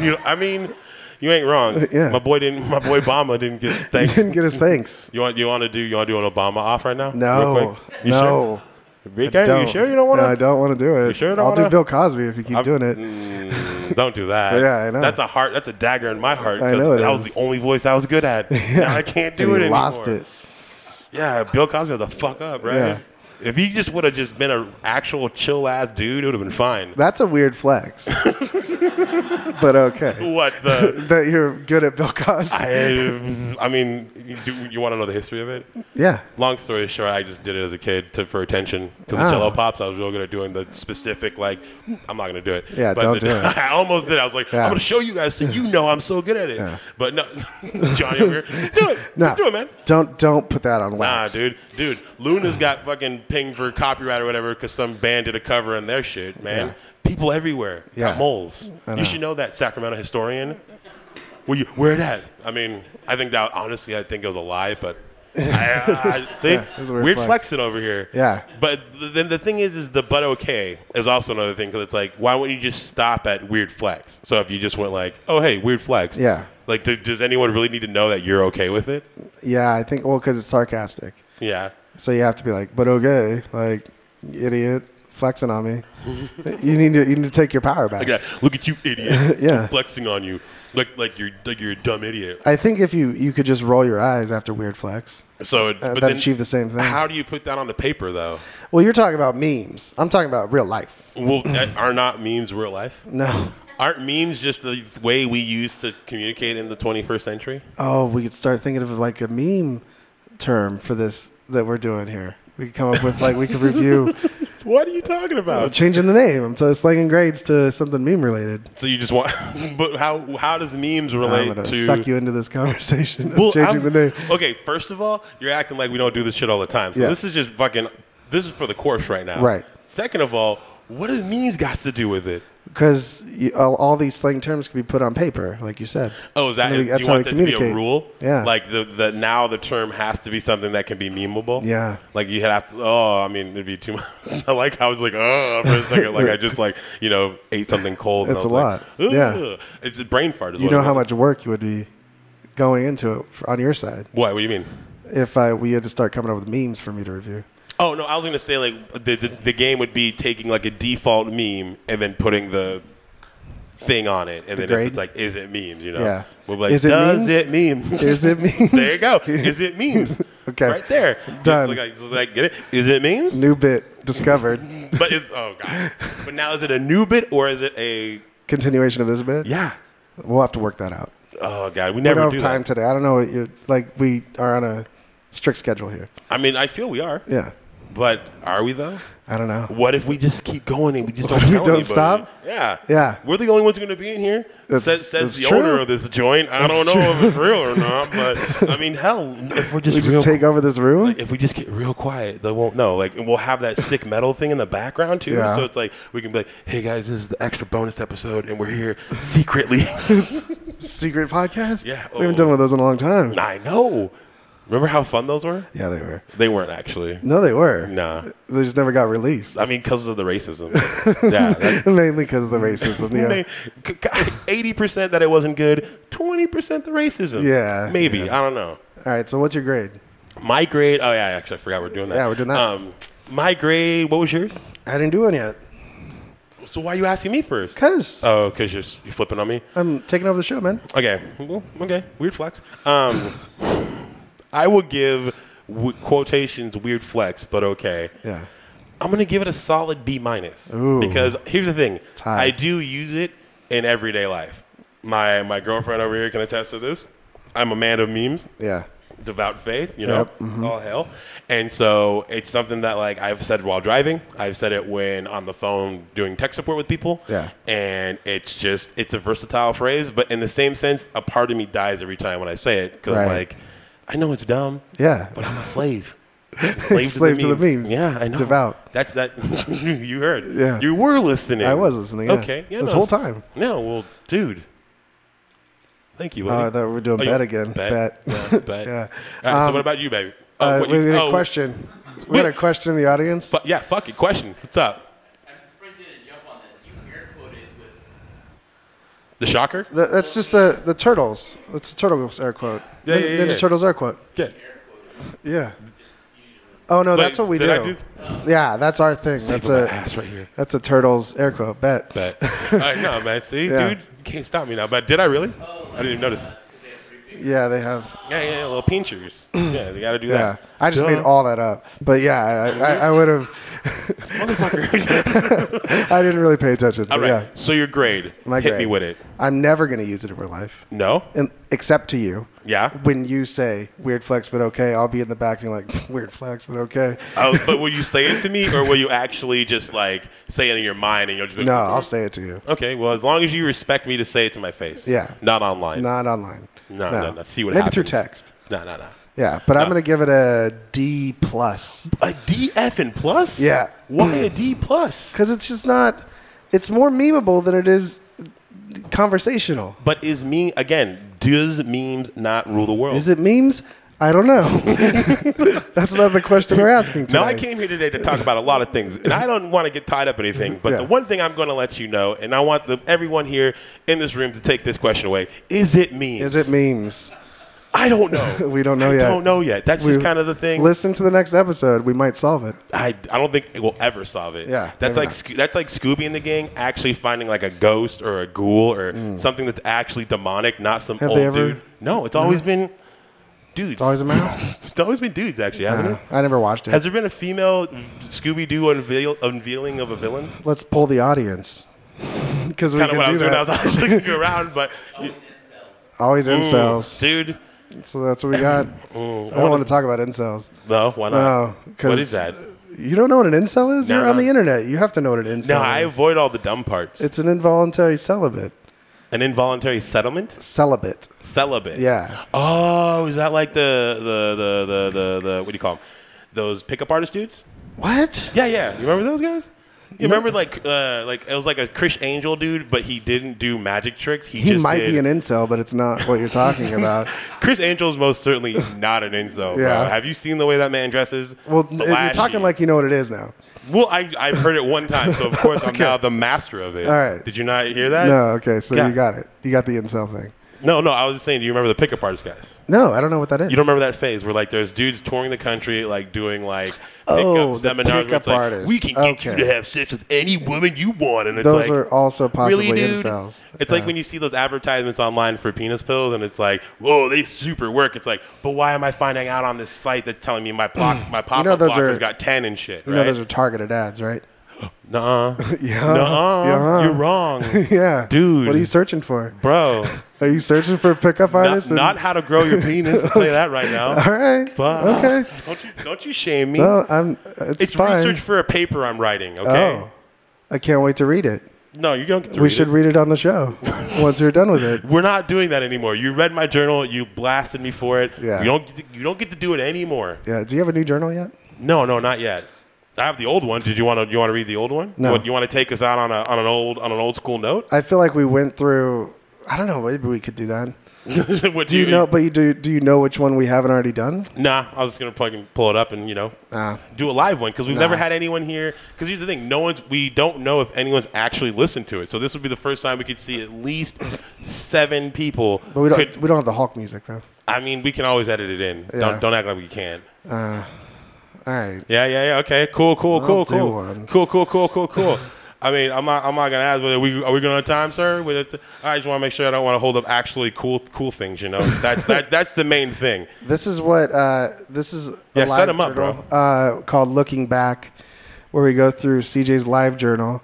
A: You know, I mean, you ain't wrong.
B: Uh, Yeah.
A: My boy didn't. My boy Obama didn't get
B: He
A: thanked.
B: didn't get his thanks.
A: You want you want to do you want to do an Obama off right now? Real
B: No,
A: quick? You Sure?
B: no.
A: Enrique, you sure you don't want
B: No,
A: to?
B: I don't want to do it.
A: You sure you don't
B: I'll do
A: wanna?
B: Bill Cosby if you keep doing it.
A: Mm, don't do that.
B: Yeah, I know.
A: That's a heart. That's a dagger in my heart.
B: I
A: 'cause
B: know it
A: That was
B: is.
A: the only voice I was good at. Now I can't do
B: And
A: it
B: he
A: anymore.
B: lost it.
A: Yeah, Bill Cosby had the fuck up, right?
B: Yeah.
A: If he just would have just been an actual chill ass dude, it would have been fine.
B: That's a weird flex. but okay.
A: What the?
B: That you're good at Bill Cosby.
A: I, I mean, you- do you want to know the history of it?
B: yeah.
A: Long story short, I just did it as a kid to, for attention because
B: Ah.
A: the Jello pops. I was real good at doing the specific. Like, I'm not gonna do it.
B: Yeah,
A: but
B: don't
A: the-
B: do it.
A: I almost did. I was like,
B: Yeah.
A: I'm gonna show you guys so you know I'm so good at it.
B: Yeah.
A: But no, Johnny over here, just do it.
B: No.
A: Just do it, man.
B: Don't don't put that on
A: Nah,
B: wax.
A: dude, dude. Luna's got fucking pinged for copyright or whatever because some band did a cover on their shit, man. People everywhere
B: Yeah.
A: got moles.
B: I know.
A: You should know that, Sacramento historian. Where you? Where it at? I mean, I think that honestly, I think it was a lie, but I, I, see,
B: Yeah, it was a weird
A: weird,
B: flex.
A: flexing over here.
B: Yeah.
A: But th- then the thing is, is the but okay is also another thing because it's like, why wouldn't you just stop at weird flex? So if you just went like, oh hey, weird flex.
B: Yeah.
A: Like, do, does anyone really need to know that you're okay with it?
B: Yeah, I think well because it's sarcastic.
A: Yeah.
B: So you have to be like, but okay, like idiot flexing on me. you need to you need to take your power back.
A: Like that. Look at you, idiot.
B: Yeah.
A: Flexing on you. Like like you're like you're a dumb idiot.
B: I think if you you could just roll your eyes after weird flex,
A: So it- but
B: uh, that
A: then
B: achieve the same thing.
A: how do you put that on the paper though?
B: well, you're talking about memes. I'm talking about real life.
A: Well, uh, are not memes real life?
B: No.
A: Aren't memes just the way we use to communicate in the 21st century?
B: Oh, we could start thinking of like a meme term for this that we're doing here. We could come up with like we could review
A: What are you talking
B: uh,
A: about?
B: changing the name. I'm t- slanging grades to something meme related.
A: So you just want, but how how does memes relate
B: I'm gonna
A: to
B: suck you into this conversation of
A: Well,
B: changing
A: I'm-
B: the name.
A: Okay, first of all, you're acting like we don't do this shit all the time. So
B: Yeah.
A: this is just fucking. This is for the course right now.
B: Right.
A: Second of all, what does memes got to do with it?
B: because all, all these slang terms can be put on paper, like you said.
A: Oh, is that
B: And we-
A: is-
B: that's
A: do you
B: how
A: want
B: we
A: that to be a
B: communicate.
A: rule?
B: Yeah.
A: Like the, the now the term has to be something that can be memeable.
B: Yeah.
A: Like you have to. Oh, I mean, it'd be too much. I like I was like, oh, for a second, like I just like you know ate something cold. and I
B: It's
A: was
B: a
A: like,
B: lot. Yeah.
A: "Ugh." It's a brain fart. Is
B: You
A: what
B: know
A: it
B: how
A: was.
B: much work you would be going into it for, on your side
A: What? What do you mean?
B: if I, we had to start coming up with memes for me to review.
A: Oh no, I was gonna say like the, the the game would be taking like a default meme and then putting the thing on it, and then
B: grade?
A: if it's like, is it memes? You know,
B: Yeah.
A: we'll be like,
B: Is it
A: does
B: memes?
A: it meme?
B: Is it memes?
A: there you go. Is it memes?
B: Okay.
A: right there. Just
B: Done.
A: like, I- just like, get it? Is it memes?
B: New bit discovered.
A: But it's oh god. But now is it a new bit or is it a
B: Continuation of this bit.
A: yeah?
B: We'll have to work that out.
A: Oh god, we
B: We
A: never
B: don't
A: do
B: have time
A: that.
B: today. I don't know. What you're, like we are on a strict schedule here.
A: I mean, I feel we are,
B: Yeah.
A: but are we though?
B: I don't know.
A: What if we just keep going and we just don't?
B: What if we
A: tell
B: don't
A: anybody?
B: stop?
A: Yeah,
B: Yeah.
A: We're the only ones going to be in here.
B: That's-
A: says says
B: that's
A: the
B: true.
A: owner of this joint. I
B: That's
A: don't know
B: true.
A: if it's real or not, but I mean, hell, if we're just,
B: We
A: real,
B: just take over this room.
A: if we just get real quiet, they won't know. Like, and we'll have that sick metal thing in the background too.
B: Yeah.
A: So it's like we can be like, "Hey guys, this is the extra bonus episode, and we're here secretly."
B: Secret podcast.
A: Yeah.
B: We haven't
A: Oh.
B: done one of those in a long time.
A: I know. Remember how fun those were?
B: Yeah, they were.
A: They weren't actually.
B: No, they were.
A: Nah.
B: They just never got released.
A: I mean, because of the racism. yeah. that-
B: Mainly because of the racism. Yeah.
A: Eighty percent that it wasn't good. Twenty percent the racism.
B: Yeah.
A: maybe I don't know.
B: All right. So what's your grade?
A: My grade. Oh yeah, actually, I forgot we're doing that.
B: Yeah, we're doing that.
A: Um, my grade. What was yours?
B: I didn't do one yet.
A: So why are you asking me first?
B: Cause
A: Oh, because you're, s- you're flipping on me.
B: I'm taking over the show, man.
A: Okay. Well, okay. Weird flex. Um, I will give w- quotations weird flex, but okay.
B: Yeah.
A: I'm gonna give it a solid B minus
B: Ooh.
A: because here's the thing:
B: high.
A: I do use it in everyday life. My my girlfriend over here can attest to this. I'm a man of memes,
B: Yeah.
A: devout faith, you know,
B: Yep, Mm-hmm.
A: all hell. And so it's something that like I've said while driving. I've said it when on the phone doing tech support with people.
B: Yeah.
A: and it's just it's a versatile phrase, but in the same sense, a part of me dies every time when I say it because I'm
B: Right.
A: like, I know it's dumb,
B: Yeah.
A: but I'm a slave. Slave,
B: Slave to the memes.
A: Yeah, I know.
B: Devout.
A: That's that. you heard.
B: Yeah.
A: You were listening.
B: I was listening. Yeah.
A: Okay. Yeah,
B: This
A: no,
B: whole
A: it's-
B: time.
A: No, well, dude. Thank you.
B: Oh,
A: buddy.
B: I thought we were doing
A: you-
B: bet again.
A: Bet.
B: Bet.
A: Yeah, bet.
B: Yeah.
A: All right, so
B: Um,
A: what about you, baby? Oh,
B: Uh,
A: what
B: wait,
A: you-
B: we had a
A: oh,
B: question. We had a question in the audience.
A: fu- yeah. Fuck it. Question. What's up?
C: I'm surprised you didn't jump on this. You air quoted with
A: The shocker.
B: Th- that's just the the turtles. That's the turtles air quote.
A: Yeah,
B: Nin-
A: yeah, yeah,
B: Ninja
A: yeah.
B: Turtles air quote.
A: Yeah.
B: Yeah. Oh no,
A: Wait,
B: that's what we
A: did I
B: do.
A: do-
B: Yeah, that's our thing.
A: That's
B: That's
A: my
B: a
A: ass right here.
B: that's a turtles air quote bet.
A: Bet. All right, no, man. See,
B: Yeah.
A: dude, you can't stop me now. But did I really? I didn't even notice.
B: Yeah, they have.
A: Yeah, yeah, yeah little pinchers. Yeah, they got to do
B: Yeah,
A: that.
B: I just
A: Duh.
B: made all that up. But yeah, I, I, I would have.
A: Motherfucker.
B: I didn't really pay attention.
A: All right.
B: But yeah,
A: So your grade.
B: My
A: Hit me
B: grade.
A: with it.
B: I'm never gonna use it in real life,
A: No.
B: and except to you.
A: Yeah.
B: When you say weird flex, but okay, I'll be in the back and you're like weird flex, but okay.
A: Oh, but will you say it to me, or will you actually just like say it in your mind and you'll just be "Mm-hmm."
B: No, I'll say it to you.
A: Okay, well, as long as you respect me to say it to my face.
B: Yeah.
A: Not online.
B: Not online.
A: no, no, no. See what
B: Maybe
A: happens.
B: through text.
A: No, no, no.
B: Yeah, but I'm
A: No.
B: gonna give it a D plus
A: A D F and plus?
B: Yeah.
A: Why a D plus?
B: because it's just not. It's more memeable than it is conversational.
A: But is meme again? Does memes not rule the world?
B: Is it memes? I don't know. That's not the question we're asking today.
A: Now I came here today to talk about a lot of things, and I don't want to get tied up in anything. But
B: Yeah.
A: the one thing I'm going to let you know, and I want the, everyone here in this room to take this question away: Is it memes?
B: Is it memes?
A: I don't know.
B: We don't know
A: I
B: yet.
A: Don't know yet. That's
B: We-
A: just kind of the thing.
B: Listen to the next episode. We might solve it.
A: I, I don't think we'll ever solve it.
B: Yeah,
A: that's
B: maybe
A: like
B: not.
A: Sco- that's like Scooby and the gang actually finding like a ghost or a ghoul or something that's actually demonic, not some
B: Hmm. Have
A: old
B: they ever-
A: dude. No, it's always been dudes. It's
B: always a mouse?
A: it's always been dudes, actually, hasn't
B: Uh,
A: it?
B: I never watched it.
A: Has there been a female Scooby Doo unveil, unveiling of a villain?
B: Let's pull the audience because we
A: Kind of
B: can
A: what I
B: do
A: was doing. I was
B: that.
A: actually looking around, but
B: Always
A: Ooh,
B: incels.
A: dude.
B: So that's what we got.
A: Ooh,
B: I don't want to talk about incels.
A: No, why
B: No,
A: not?
B: 'cause
A: what is that?
B: You don't know what an incel is?
A: No,
B: You're on
A: no.
B: the internet. You have to know what an incel
A: No, I
B: is.
A: avoid all the dumb parts.
B: It's an involuntary celibate.
A: An involuntary settlement,
B: Celibate.
A: celibate.
B: Yeah.
A: Oh, is that like the the the the the, the what do you call them? Those pickup artist dudes?
B: What?
A: Yeah, yeah. You remember those guys? You remember like uh, like it was like a Chris Angel dude, but he didn't do magic tricks. He,
B: He
A: just
B: might
A: did-
B: be an incel, but it's not what you're talking about.
A: Chris Angel's most certainly not an Enzo.
B: Yeah.
A: Bro. Have you seen the way that man dresses?
B: Well, uh,
A: The
B: you're
A: lashy.
B: talking like you know what it is now.
A: Well, I I've heard it one time, so of course I'm
B: Okay.
A: now the master of it.
B: All right.
A: Did you not hear that?
B: No, okay, so
A: Yeah.
B: you got it. You got the incel thing.
A: No, no. I was just saying. Do you remember the pickup artist guys?
B: No, I don't know what that is.
A: You don't remember that phase where like there's dudes touring the country like doing like pickup
B: Oh, the
A: seminars where
B: pickup
A: it's like,
B: artists.
A: we can get you
B: Okay.
A: to have sex with any woman you want, and it's
B: Those
A: like
B: are also possibly
A: dude?
B: incels.
A: It's like when you see those advertisements online for penis pills, and it's like, whoa, they super work. It's like, but why am I finding out on this site that's telling me my block, my pop
B: Mm. know
A: up
B: those
A: blockers
B: are-
A: got ten and shit?
B: you
A: Right?
B: know those are targeted ads, right?
A: Nuh-uh.
B: Yeah.
A: Nuh-uh.
B: Yeah.
A: You're wrong,
B: yeah,
A: Dude.
B: What are you searching for?
A: bro.
B: Are you searching for a pickup
A: not,
B: artist? and-
A: not how to grow your penis. I'll tell you that right now.
B: All right.
A: Fuck.
B: Okay.
A: Don't you don't you shame me?
B: No, I'm. It's,
A: it's
B: fine.
A: research for a paper I'm writing. Okay.
B: Oh, I can't wait to read it.
A: No, you don't get to
B: we
A: read
B: should
A: it.
B: read it on the show once you're done with it.
A: We're not doing that anymore. You read my journal. You blasted me for it.
B: Yeah.
A: You don't get to, you don't get to do it anymore.
B: Yeah. Do you have a new journal yet?
A: No, no, not yet. I have the old one. Did you want to you want to read the old one?
B: No.
A: You want, you want to take us out on a on an old on an old school note?
B: I feel like we went through. I don't know. Maybe we could do that.
A: what
B: Do you know? But you do. Do you know which one we haven't already done?
A: Nah, I was just gonna plug and pull it up and you know
B: Ah.
A: do a live one because we've never
B: Nah.
A: had anyone here. Because here's the thing: no one's we don't know if anyone's actually listened to it. So this would be the first time we could see at least seven people.
B: But we don't.
A: could-
B: we don't have the Hulk music though.
A: I mean, we can always edit it in.
B: Yeah.
A: Don't don't act like we can.
B: All right.
A: Yeah, yeah, yeah. Okay, cool, cool,
B: I'll
A: cool,
B: do
A: cool,
B: one.
A: cool, cool, cool, cool, cool. I mean, I'm not, I'm not gonna ask. Whether we are we going on time, sir? With it, I just want to make sure I don't want to hold up actually cool, cool things. You know, that's that, that's the main thing.
B: This is what uh, this is. a
A: Yeah, set
B: live
A: 'em up,
B: journal, Uh, called "Looking Back," where we go through CJ's live journal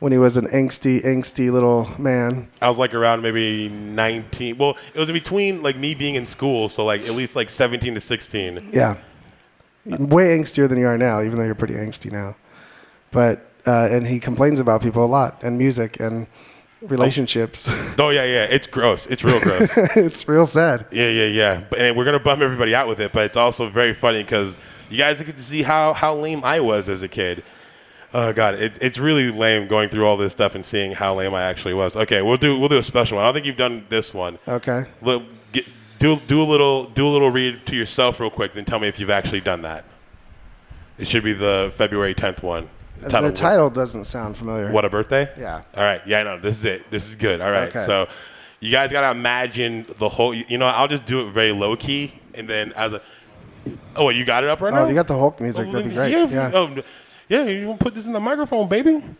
B: when he was an angsty, angsty little man.
A: I was like around maybe 19. Well, it was in between like me being in school, so like at least like 17 to 16.
B: Yeah, way angstier than you are now, even though you're pretty angsty now. But uh, and he complains about people a lot and music and relationships.
A: Oh yeah, yeah. It's gross. It's real gross.
B: it's real sad.
A: Yeah, yeah, yeah. But, and we're gonna bum everybody out with it, but it's also very funny because you guys get to see how how lame I was as a kid. Oh god, it, it's really lame going through all this stuff and seeing how lame I actually was. Okay, we'll do we'll do a special one. I don't think you've done this one.
B: Okay.
A: Look, get, do do a little do a little read to yourself real quick, then tell me if you've actually done that. It should be the February 10th one.
B: the title doesn't sound familiar.
A: What a birthday!
B: Yeah.
A: All right. Yeah, I know. This is it. This is good. All right.
B: Okay.
A: So, you guys gotta imagine the whole. You know, I'll just do it very low key, and then as a. Oh, you got it up right now.
B: Oh, you got the Hulk music.
A: Oh,
B: That'd be
A: yeah,
B: great.
A: if-
B: Yeah.
A: Oh, n- yeah. You gonna put this in the microphone, baby? I mean,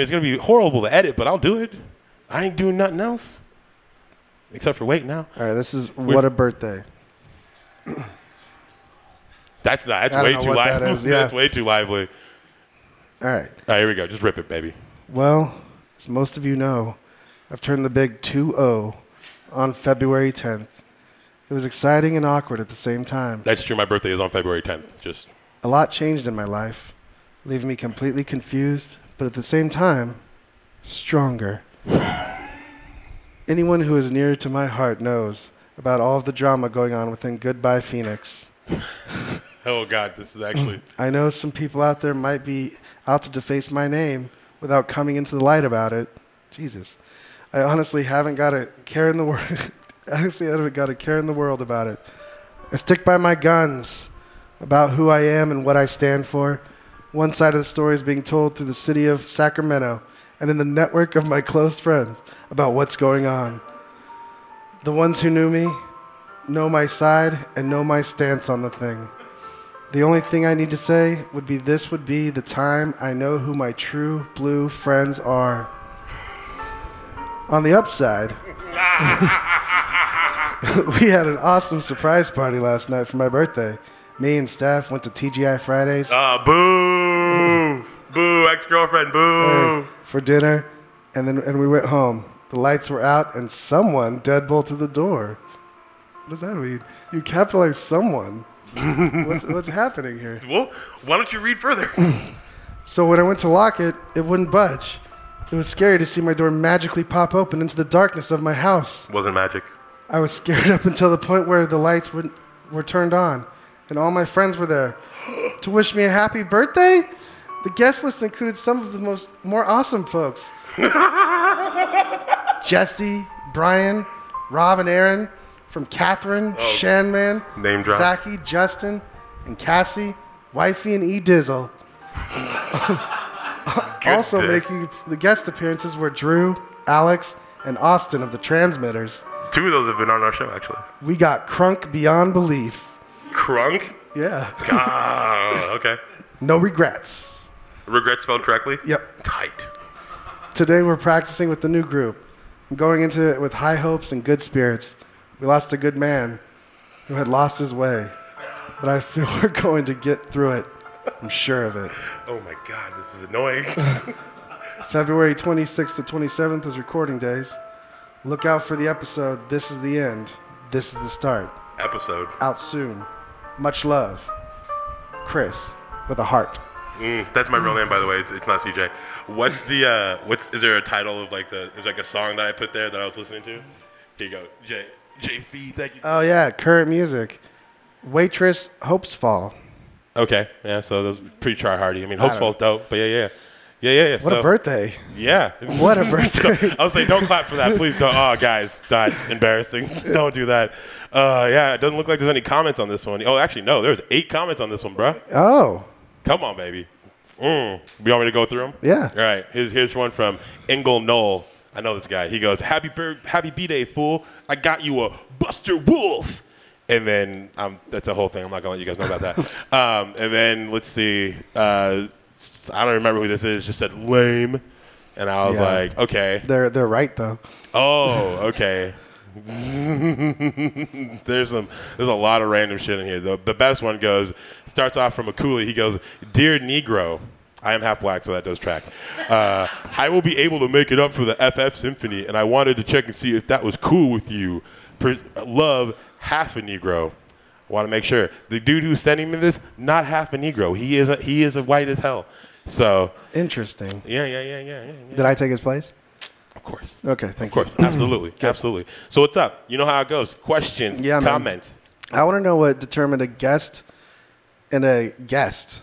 A: it's gonna be horrible to edit, but I'll do it. I ain't doing nothing else, except for wait now.
B: All right. This is
A: We've-
B: what a birthday.
A: That's not.
B: I
A: That's
B: don't
A: way
B: know
A: too
B: what that
A: lively.
B: is, yeah.
A: That's way too lively. All
B: All right.
A: right, here we go. Just rip it, baby.
B: Well, as most of you know, I've turned the big 2 0 on February 10th. It was exciting and awkward at the same time.
A: That's true. My birthday is on February 10th. Just
B: A lot changed in my life, leaving me completely confused, but at the same time, stronger. Anyone who is near to my heart knows about all of the drama going on within Goodbye Phoenix.
A: oh god, this is actually.
B: I know some people out there might be out to deface my name without coming into the light about it. Jesus. I honestly haven't got a care in the world. honestly, I haven't got a care in the world about it. I stick by my guns about who I am and what I stand for. One side of the story is being told through the city of Sacramento and in the network of my close friends about what's going on. The ones who knew me know my side and know my stance on the thing. The only thing I need to say would be this would be the time I know who my true blue friends are. On the upside, we had an awesome surprise party last night for my birthday. Me and staff went to TGI Fridays
A: Uh, boo! boo, ex girlfriend, boo!
B: for dinner, and then and we went home. The lights were out, and someone deadbolted the door. What does that mean? You capitalize someone. what's, what's happening here?
A: Well, why don't you read further?
B: So when I went to lock it, it wouldn't budge. It was scary to see my door magically pop open into the darkness of my house.
A: Wasn't magic.
B: I was scared up until the point where the lights would, were turned on, and all my friends were there to wish me a happy birthday. The guest list included some of the most more awesome folks. Jesse, Brian, Rob and Aaron, from Catherine, Shanman,
A: Oh, Name drop.
B: Zaki, Justin, and Cassie, Wifey and E Dizzle. also
A: dick.
B: making the guest appearances were Drew, Alex, and Austin of the Transmitters.
A: Two of those have been on our show, actually.
B: We got crunk beyond belief.
A: Crunk?
B: Yeah.
A: Ah, okay.
B: No regrets.
A: Regret spelled correctly?
B: Yep.
A: Tight.
B: Today we're practicing with the new group. I'm going into it with high hopes and good spirits. We lost a good man who had lost his way, but I feel we're going to get through it. I'm sure of it.
A: Oh my god, this is annoying.
B: February 26th to 27th is recording days. Look out for the episode. This is the end. This is the start.
A: Episode.
B: Out soon. Much love. Chris with a heart.
A: Mm, that's my real name, by the way. It's, it's not CJ. What's the uh, what's is there a title of like the is there like a song that I put there that I was listening to? Here you go, J JV. Thank you.
B: Oh, yeah. Current music. Waitress Hopes Fall.
A: okay, yeah. So that's pretty try hardy. I mean,
B: don't-
A: hopeful's dope, but yeah, yeah, yeah, yeah. yeah
B: What
A: so-
B: a birthday.
A: Yeah.
B: What a birthday.
A: I was like, don't clap for that, please. Don't. Oh, guys, that's embarrassing. don't do that. Uh, yeah, it doesn't look like there's any comments on this one. Oh, actually, no. There's eight comments on this one, bruh.
B: Oh,
A: Come on, baby. Mm. You want me to go through them?
B: Yeah.
A: All right. Here's, here's one from Engel Knoll. I know this guy. He goes, Happy, bir- happy B Day, fool. I got you a Buster Wolf. And then um, that's a whole thing. I'm not going to let you guys know about that. um, and then let's see. Uh, s- I don't remember who this is. Just said lame. And I was
B: Yeah.
A: like, okay.
B: they're, they're right, though.
A: Oh, okay. there's some there's a lot of random shit in here. The, the best one goes starts off from a coolie. He goes, "Dear Negro, I am half black, so that does track. Uh, I will be able to make it up for the FF Symphony, and I wanted to check and see if that was cool with you. Pres- love half a Negro. Want to make sure the dude who's sending me this not half a Negro. He is a, he is a white as hell. So
B: Interesting.
A: yeah, yeah, yeah, yeah, yeah. yeah.
B: Did I take his place?
A: Of course.
B: Okay, thank
A: Of course, absolutely, absolutely. So what's up? You know how it goes. Questions,
B: Yeah, man.
A: comments.
B: you. I want to know what determined a guest and a guest.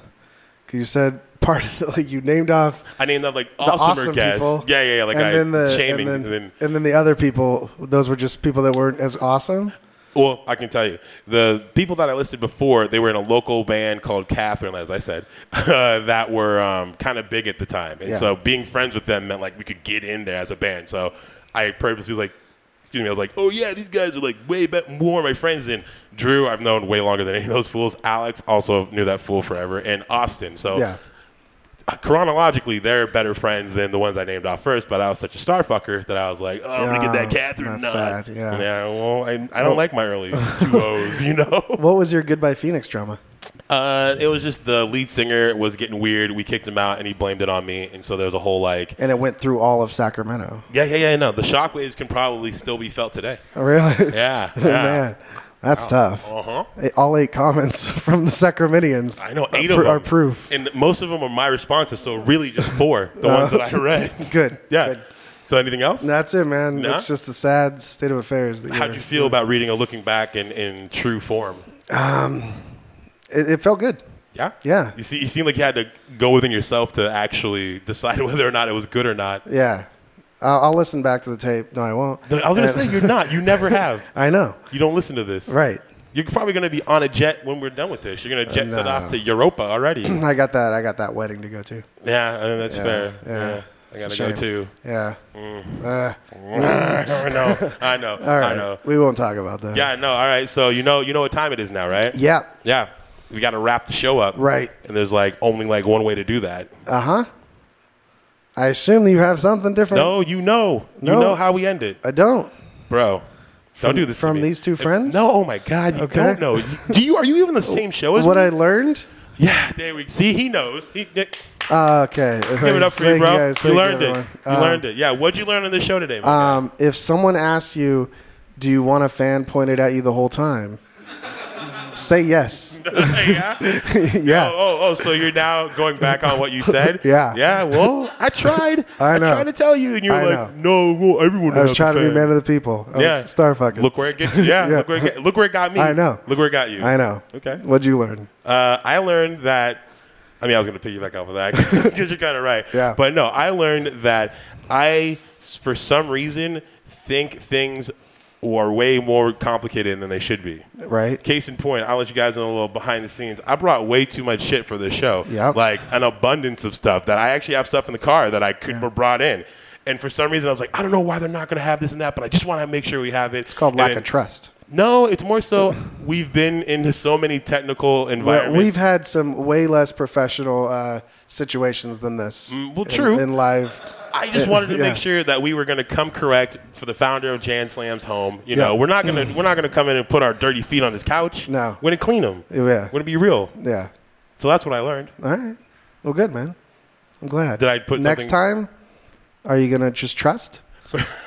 B: 'Cause you said part of the, like, you named off
A: I named up like
B: the
A: awesomer
B: awesome
A: guests.
B: people.
A: Yeah, yeah, yeah. Like
B: and
A: I
B: then the,
A: shaming.
B: And then, and then the other people, those were just people that weren't as awesome.
A: well, I can tell you the people that I listed before. They were in a local band called Catherine, as I said, uh, that were um, kind of big at the time, and
B: Yeah.
A: so being friends with them meant like we could get in there as a band. So I purposely was like. Excuse me. I was like, oh yeah, these guys are like way better, more my friends than Drew. I've known way longer than any of those fools. Alex also knew that fool forever, and Austin. So
B: Yeah.
A: chronologically, they're better friends than the ones I named off first. But I was such a star fucker that I was like, oh, I'm gonna get that
B: Yeah,
A: Catherine
B: that's
A: nod.
B: sad, yeah.
A: Well, I, I don't like my early two O's. You know.
B: What was your Goodbye Phoenix drama?
A: Uh, it was just the lead singer was getting weird. We kicked him out, and he blamed it on me. And so there was a whole like,
B: And it went through all of Sacramento.
A: yeah, yeah, yeah. No, the shockwaves can probably still be felt today.
B: Oh, really?
A: Yeah. yeah.
B: Man, that's tough.
A: Uh huh.
B: Eight- All eight comments from the Sacramentians.
A: I know
B: are
A: eight
B: pr-
A: of them
B: are proof.
A: and most of them are my responses. So really, just four, the ones that I read.
B: Good.
A: yeah.
B: Good.
A: So anything else?
B: That's it, man.
A: Nah.
B: It's just a sad state of affairs. That
A: How'd
B: you're-
A: you feel about reading a looking back in, in true form?
B: It, it felt good.
A: Yeah.
B: Yeah.
A: You see, you seem like you had to go within yourself to actually decide whether or not it was good or not.
B: Yeah. I'll, I'll listen back to the tape. No, I won't.
A: No, I was gonna
B: And-
A: say you're not. You never have.
B: I know.
A: You don't listen to this.
B: Right. Uh,
A: You're probably gonna be on a jet when we're done with this. You're gonna jet set
B: no.
A: off to Europa already. yeah,
B: I got that. I got that wedding to go to.
A: I mean, that's
B: Yeah,
A: fair.
B: yeah.
A: Yeah. I
B: It's
A: gotta
B: a
A: go
B: shame.
A: too.
B: Yeah. Uh,
A: I know. I know.
B: all right.
A: I know.
B: We won't talk about that.
A: Yeah, I know. All right. So you know, you know what time it is now, right?
B: Yeah.
A: Yeah. We gotta wrap the show up.
B: Right.
A: And there's like only like one way to do that.
B: Uh huh. I assume that you have something different.
A: No, you know. You
B: No.
A: know how we end it.
B: I don't.
A: Bro. don't
B: From-
A: do this to
B: from
A: me.
B: these two friends?
A: No, oh my God, you
B: Okay.
A: don't know. You- Do you? Are you even the same show as
B: What
A: me?
B: I learned?
A: yeah, there we see. He knows. He, give
B: Uh, okay. Thanks.
A: it up for you,
B: Thank
A: bro.
B: guys.
A: you
B: Thank
A: learned it.
B: everyone.
A: You
B: Um,
A: learned it. Yeah. What'd you learn on this show today? man?
B: Um, if someone asks you, do you want a fan pointed at you the whole time? Say yes.
A: yeah.
B: uh, yeah.
A: Oh, oh, oh, so you're now going back on what you said?
B: Yeah.
A: Yeah, well, I tried.
B: I know.
A: tried to tell you, and you were
B: I
A: like, no, well, everyone
B: I was
A: has
B: trying
A: a
B: to be
A: fan.
B: man of the people. I
A: Yeah.
B: was star fucking.
A: Look where it gets you. Yeah,
B: Yeah.
A: Look, where it get, look where it got me.
B: I know.
A: Look where it got you.
B: I know.
A: Okay.
B: What'd you learn?
A: Uh, I learned that I mean, I was going to piggyback off of that because you're kind of right.
B: Yeah.
A: But no, I learned that I, s- for some reason, think things are way more complicated than they should be.
B: right?
A: Case in point, I'll let you guys know a little behind the scenes. I brought way too much shit for this show.
B: Yep.
A: Like an abundance of stuff that I actually have stuff in the car that I couldn't have brought in. And for some reason, I was like, I don't know why they're not going to have this and that, but I just want to make sure we have it.
B: It's called lack
A: And-
B: of trust.
A: No, it's more so we've been into so many technical
B: But
A: environments.
B: we've had some way less professional uh, situations than this.
A: Mm, well,
B: in-
A: true.
B: In, live,
A: I just wanted to
B: Yeah.
A: make sure that we were going to come correct for the founder of Jan Slam's home. You know,
B: Yeah. Mm.
A: we're not going to we're not going to come in and put our dirty feet on his couch.
B: No.
A: we're going to clean him.
B: Yeah.
A: we're going to be real.
B: yeah.
A: So that's what I learned.
B: All right. Well, good man. I'm glad.
A: Did I put
B: next time? Are you gonna just trust?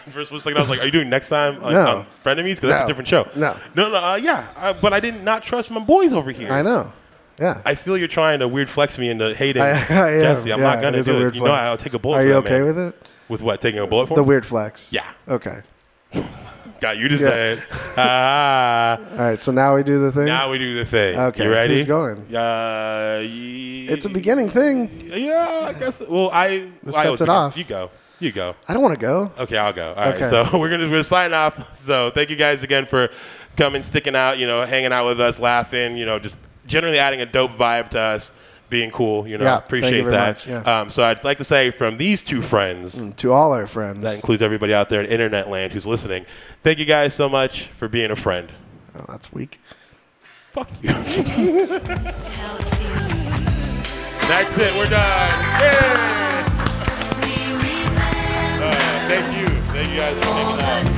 A: First was like I was like, "Are you doing next time on,
B: No.
A: on Frenemies? Because that's a
B: No.
A: different show."
B: No.
A: no, no. Uh, yeah, I, but I didn't not trust my boys over here.
B: I know. Yeah.
A: I feel you're trying to weird flex me into hating
B: I- I am.
A: Jesse. I'm
B: Yeah,
A: not gonna
B: is a
A: do it.
B: weird
A: You know,
B: flex.
A: I'll take a bullet.
B: Are
A: for
B: you
A: that,
B: okay
A: man.
B: with it?
A: With what? Taking a bullet for
B: The
A: him?
B: weird flex.
A: Yeah.
B: Okay.
A: Got you to
B: Yeah.
A: say it. Ah.
B: All right. So now we do the thing.
A: Now we do the thing.
B: Okay,
A: You ready?
B: who's going?
A: Uh, ye-
B: it's a beginning thing.
A: Yeah, I guess. Well, I.
B: This
A: I
B: sets
A: was
B: it
A: begin-
B: off.
A: You go. You go.
B: I don't want to go.
A: Okay, I'll go. All right.
B: Okay.
A: So we're gonna we're gonna sign off. So thank you guys again for coming, sticking out. You know, hanging out with us, laughing. You know, just generally adding a dope vibe to us, being cool. You know,
B: Yeah, thank you
A: appreciate
B: very
A: that.
B: much, yeah. Mm.
A: Um, so I'd like to say from these two friends.
B: To all our friends.
A: That includes everybody out there in internet land who's listening. Thank you guys so much for being a friend.
B: Oh, that's weak.
A: Fuck you.
D: This is how it feels.
A: That's it. We're done. Yeah. Uh, thank you. Thank you guys for
D: All
A: hanging out.
D: the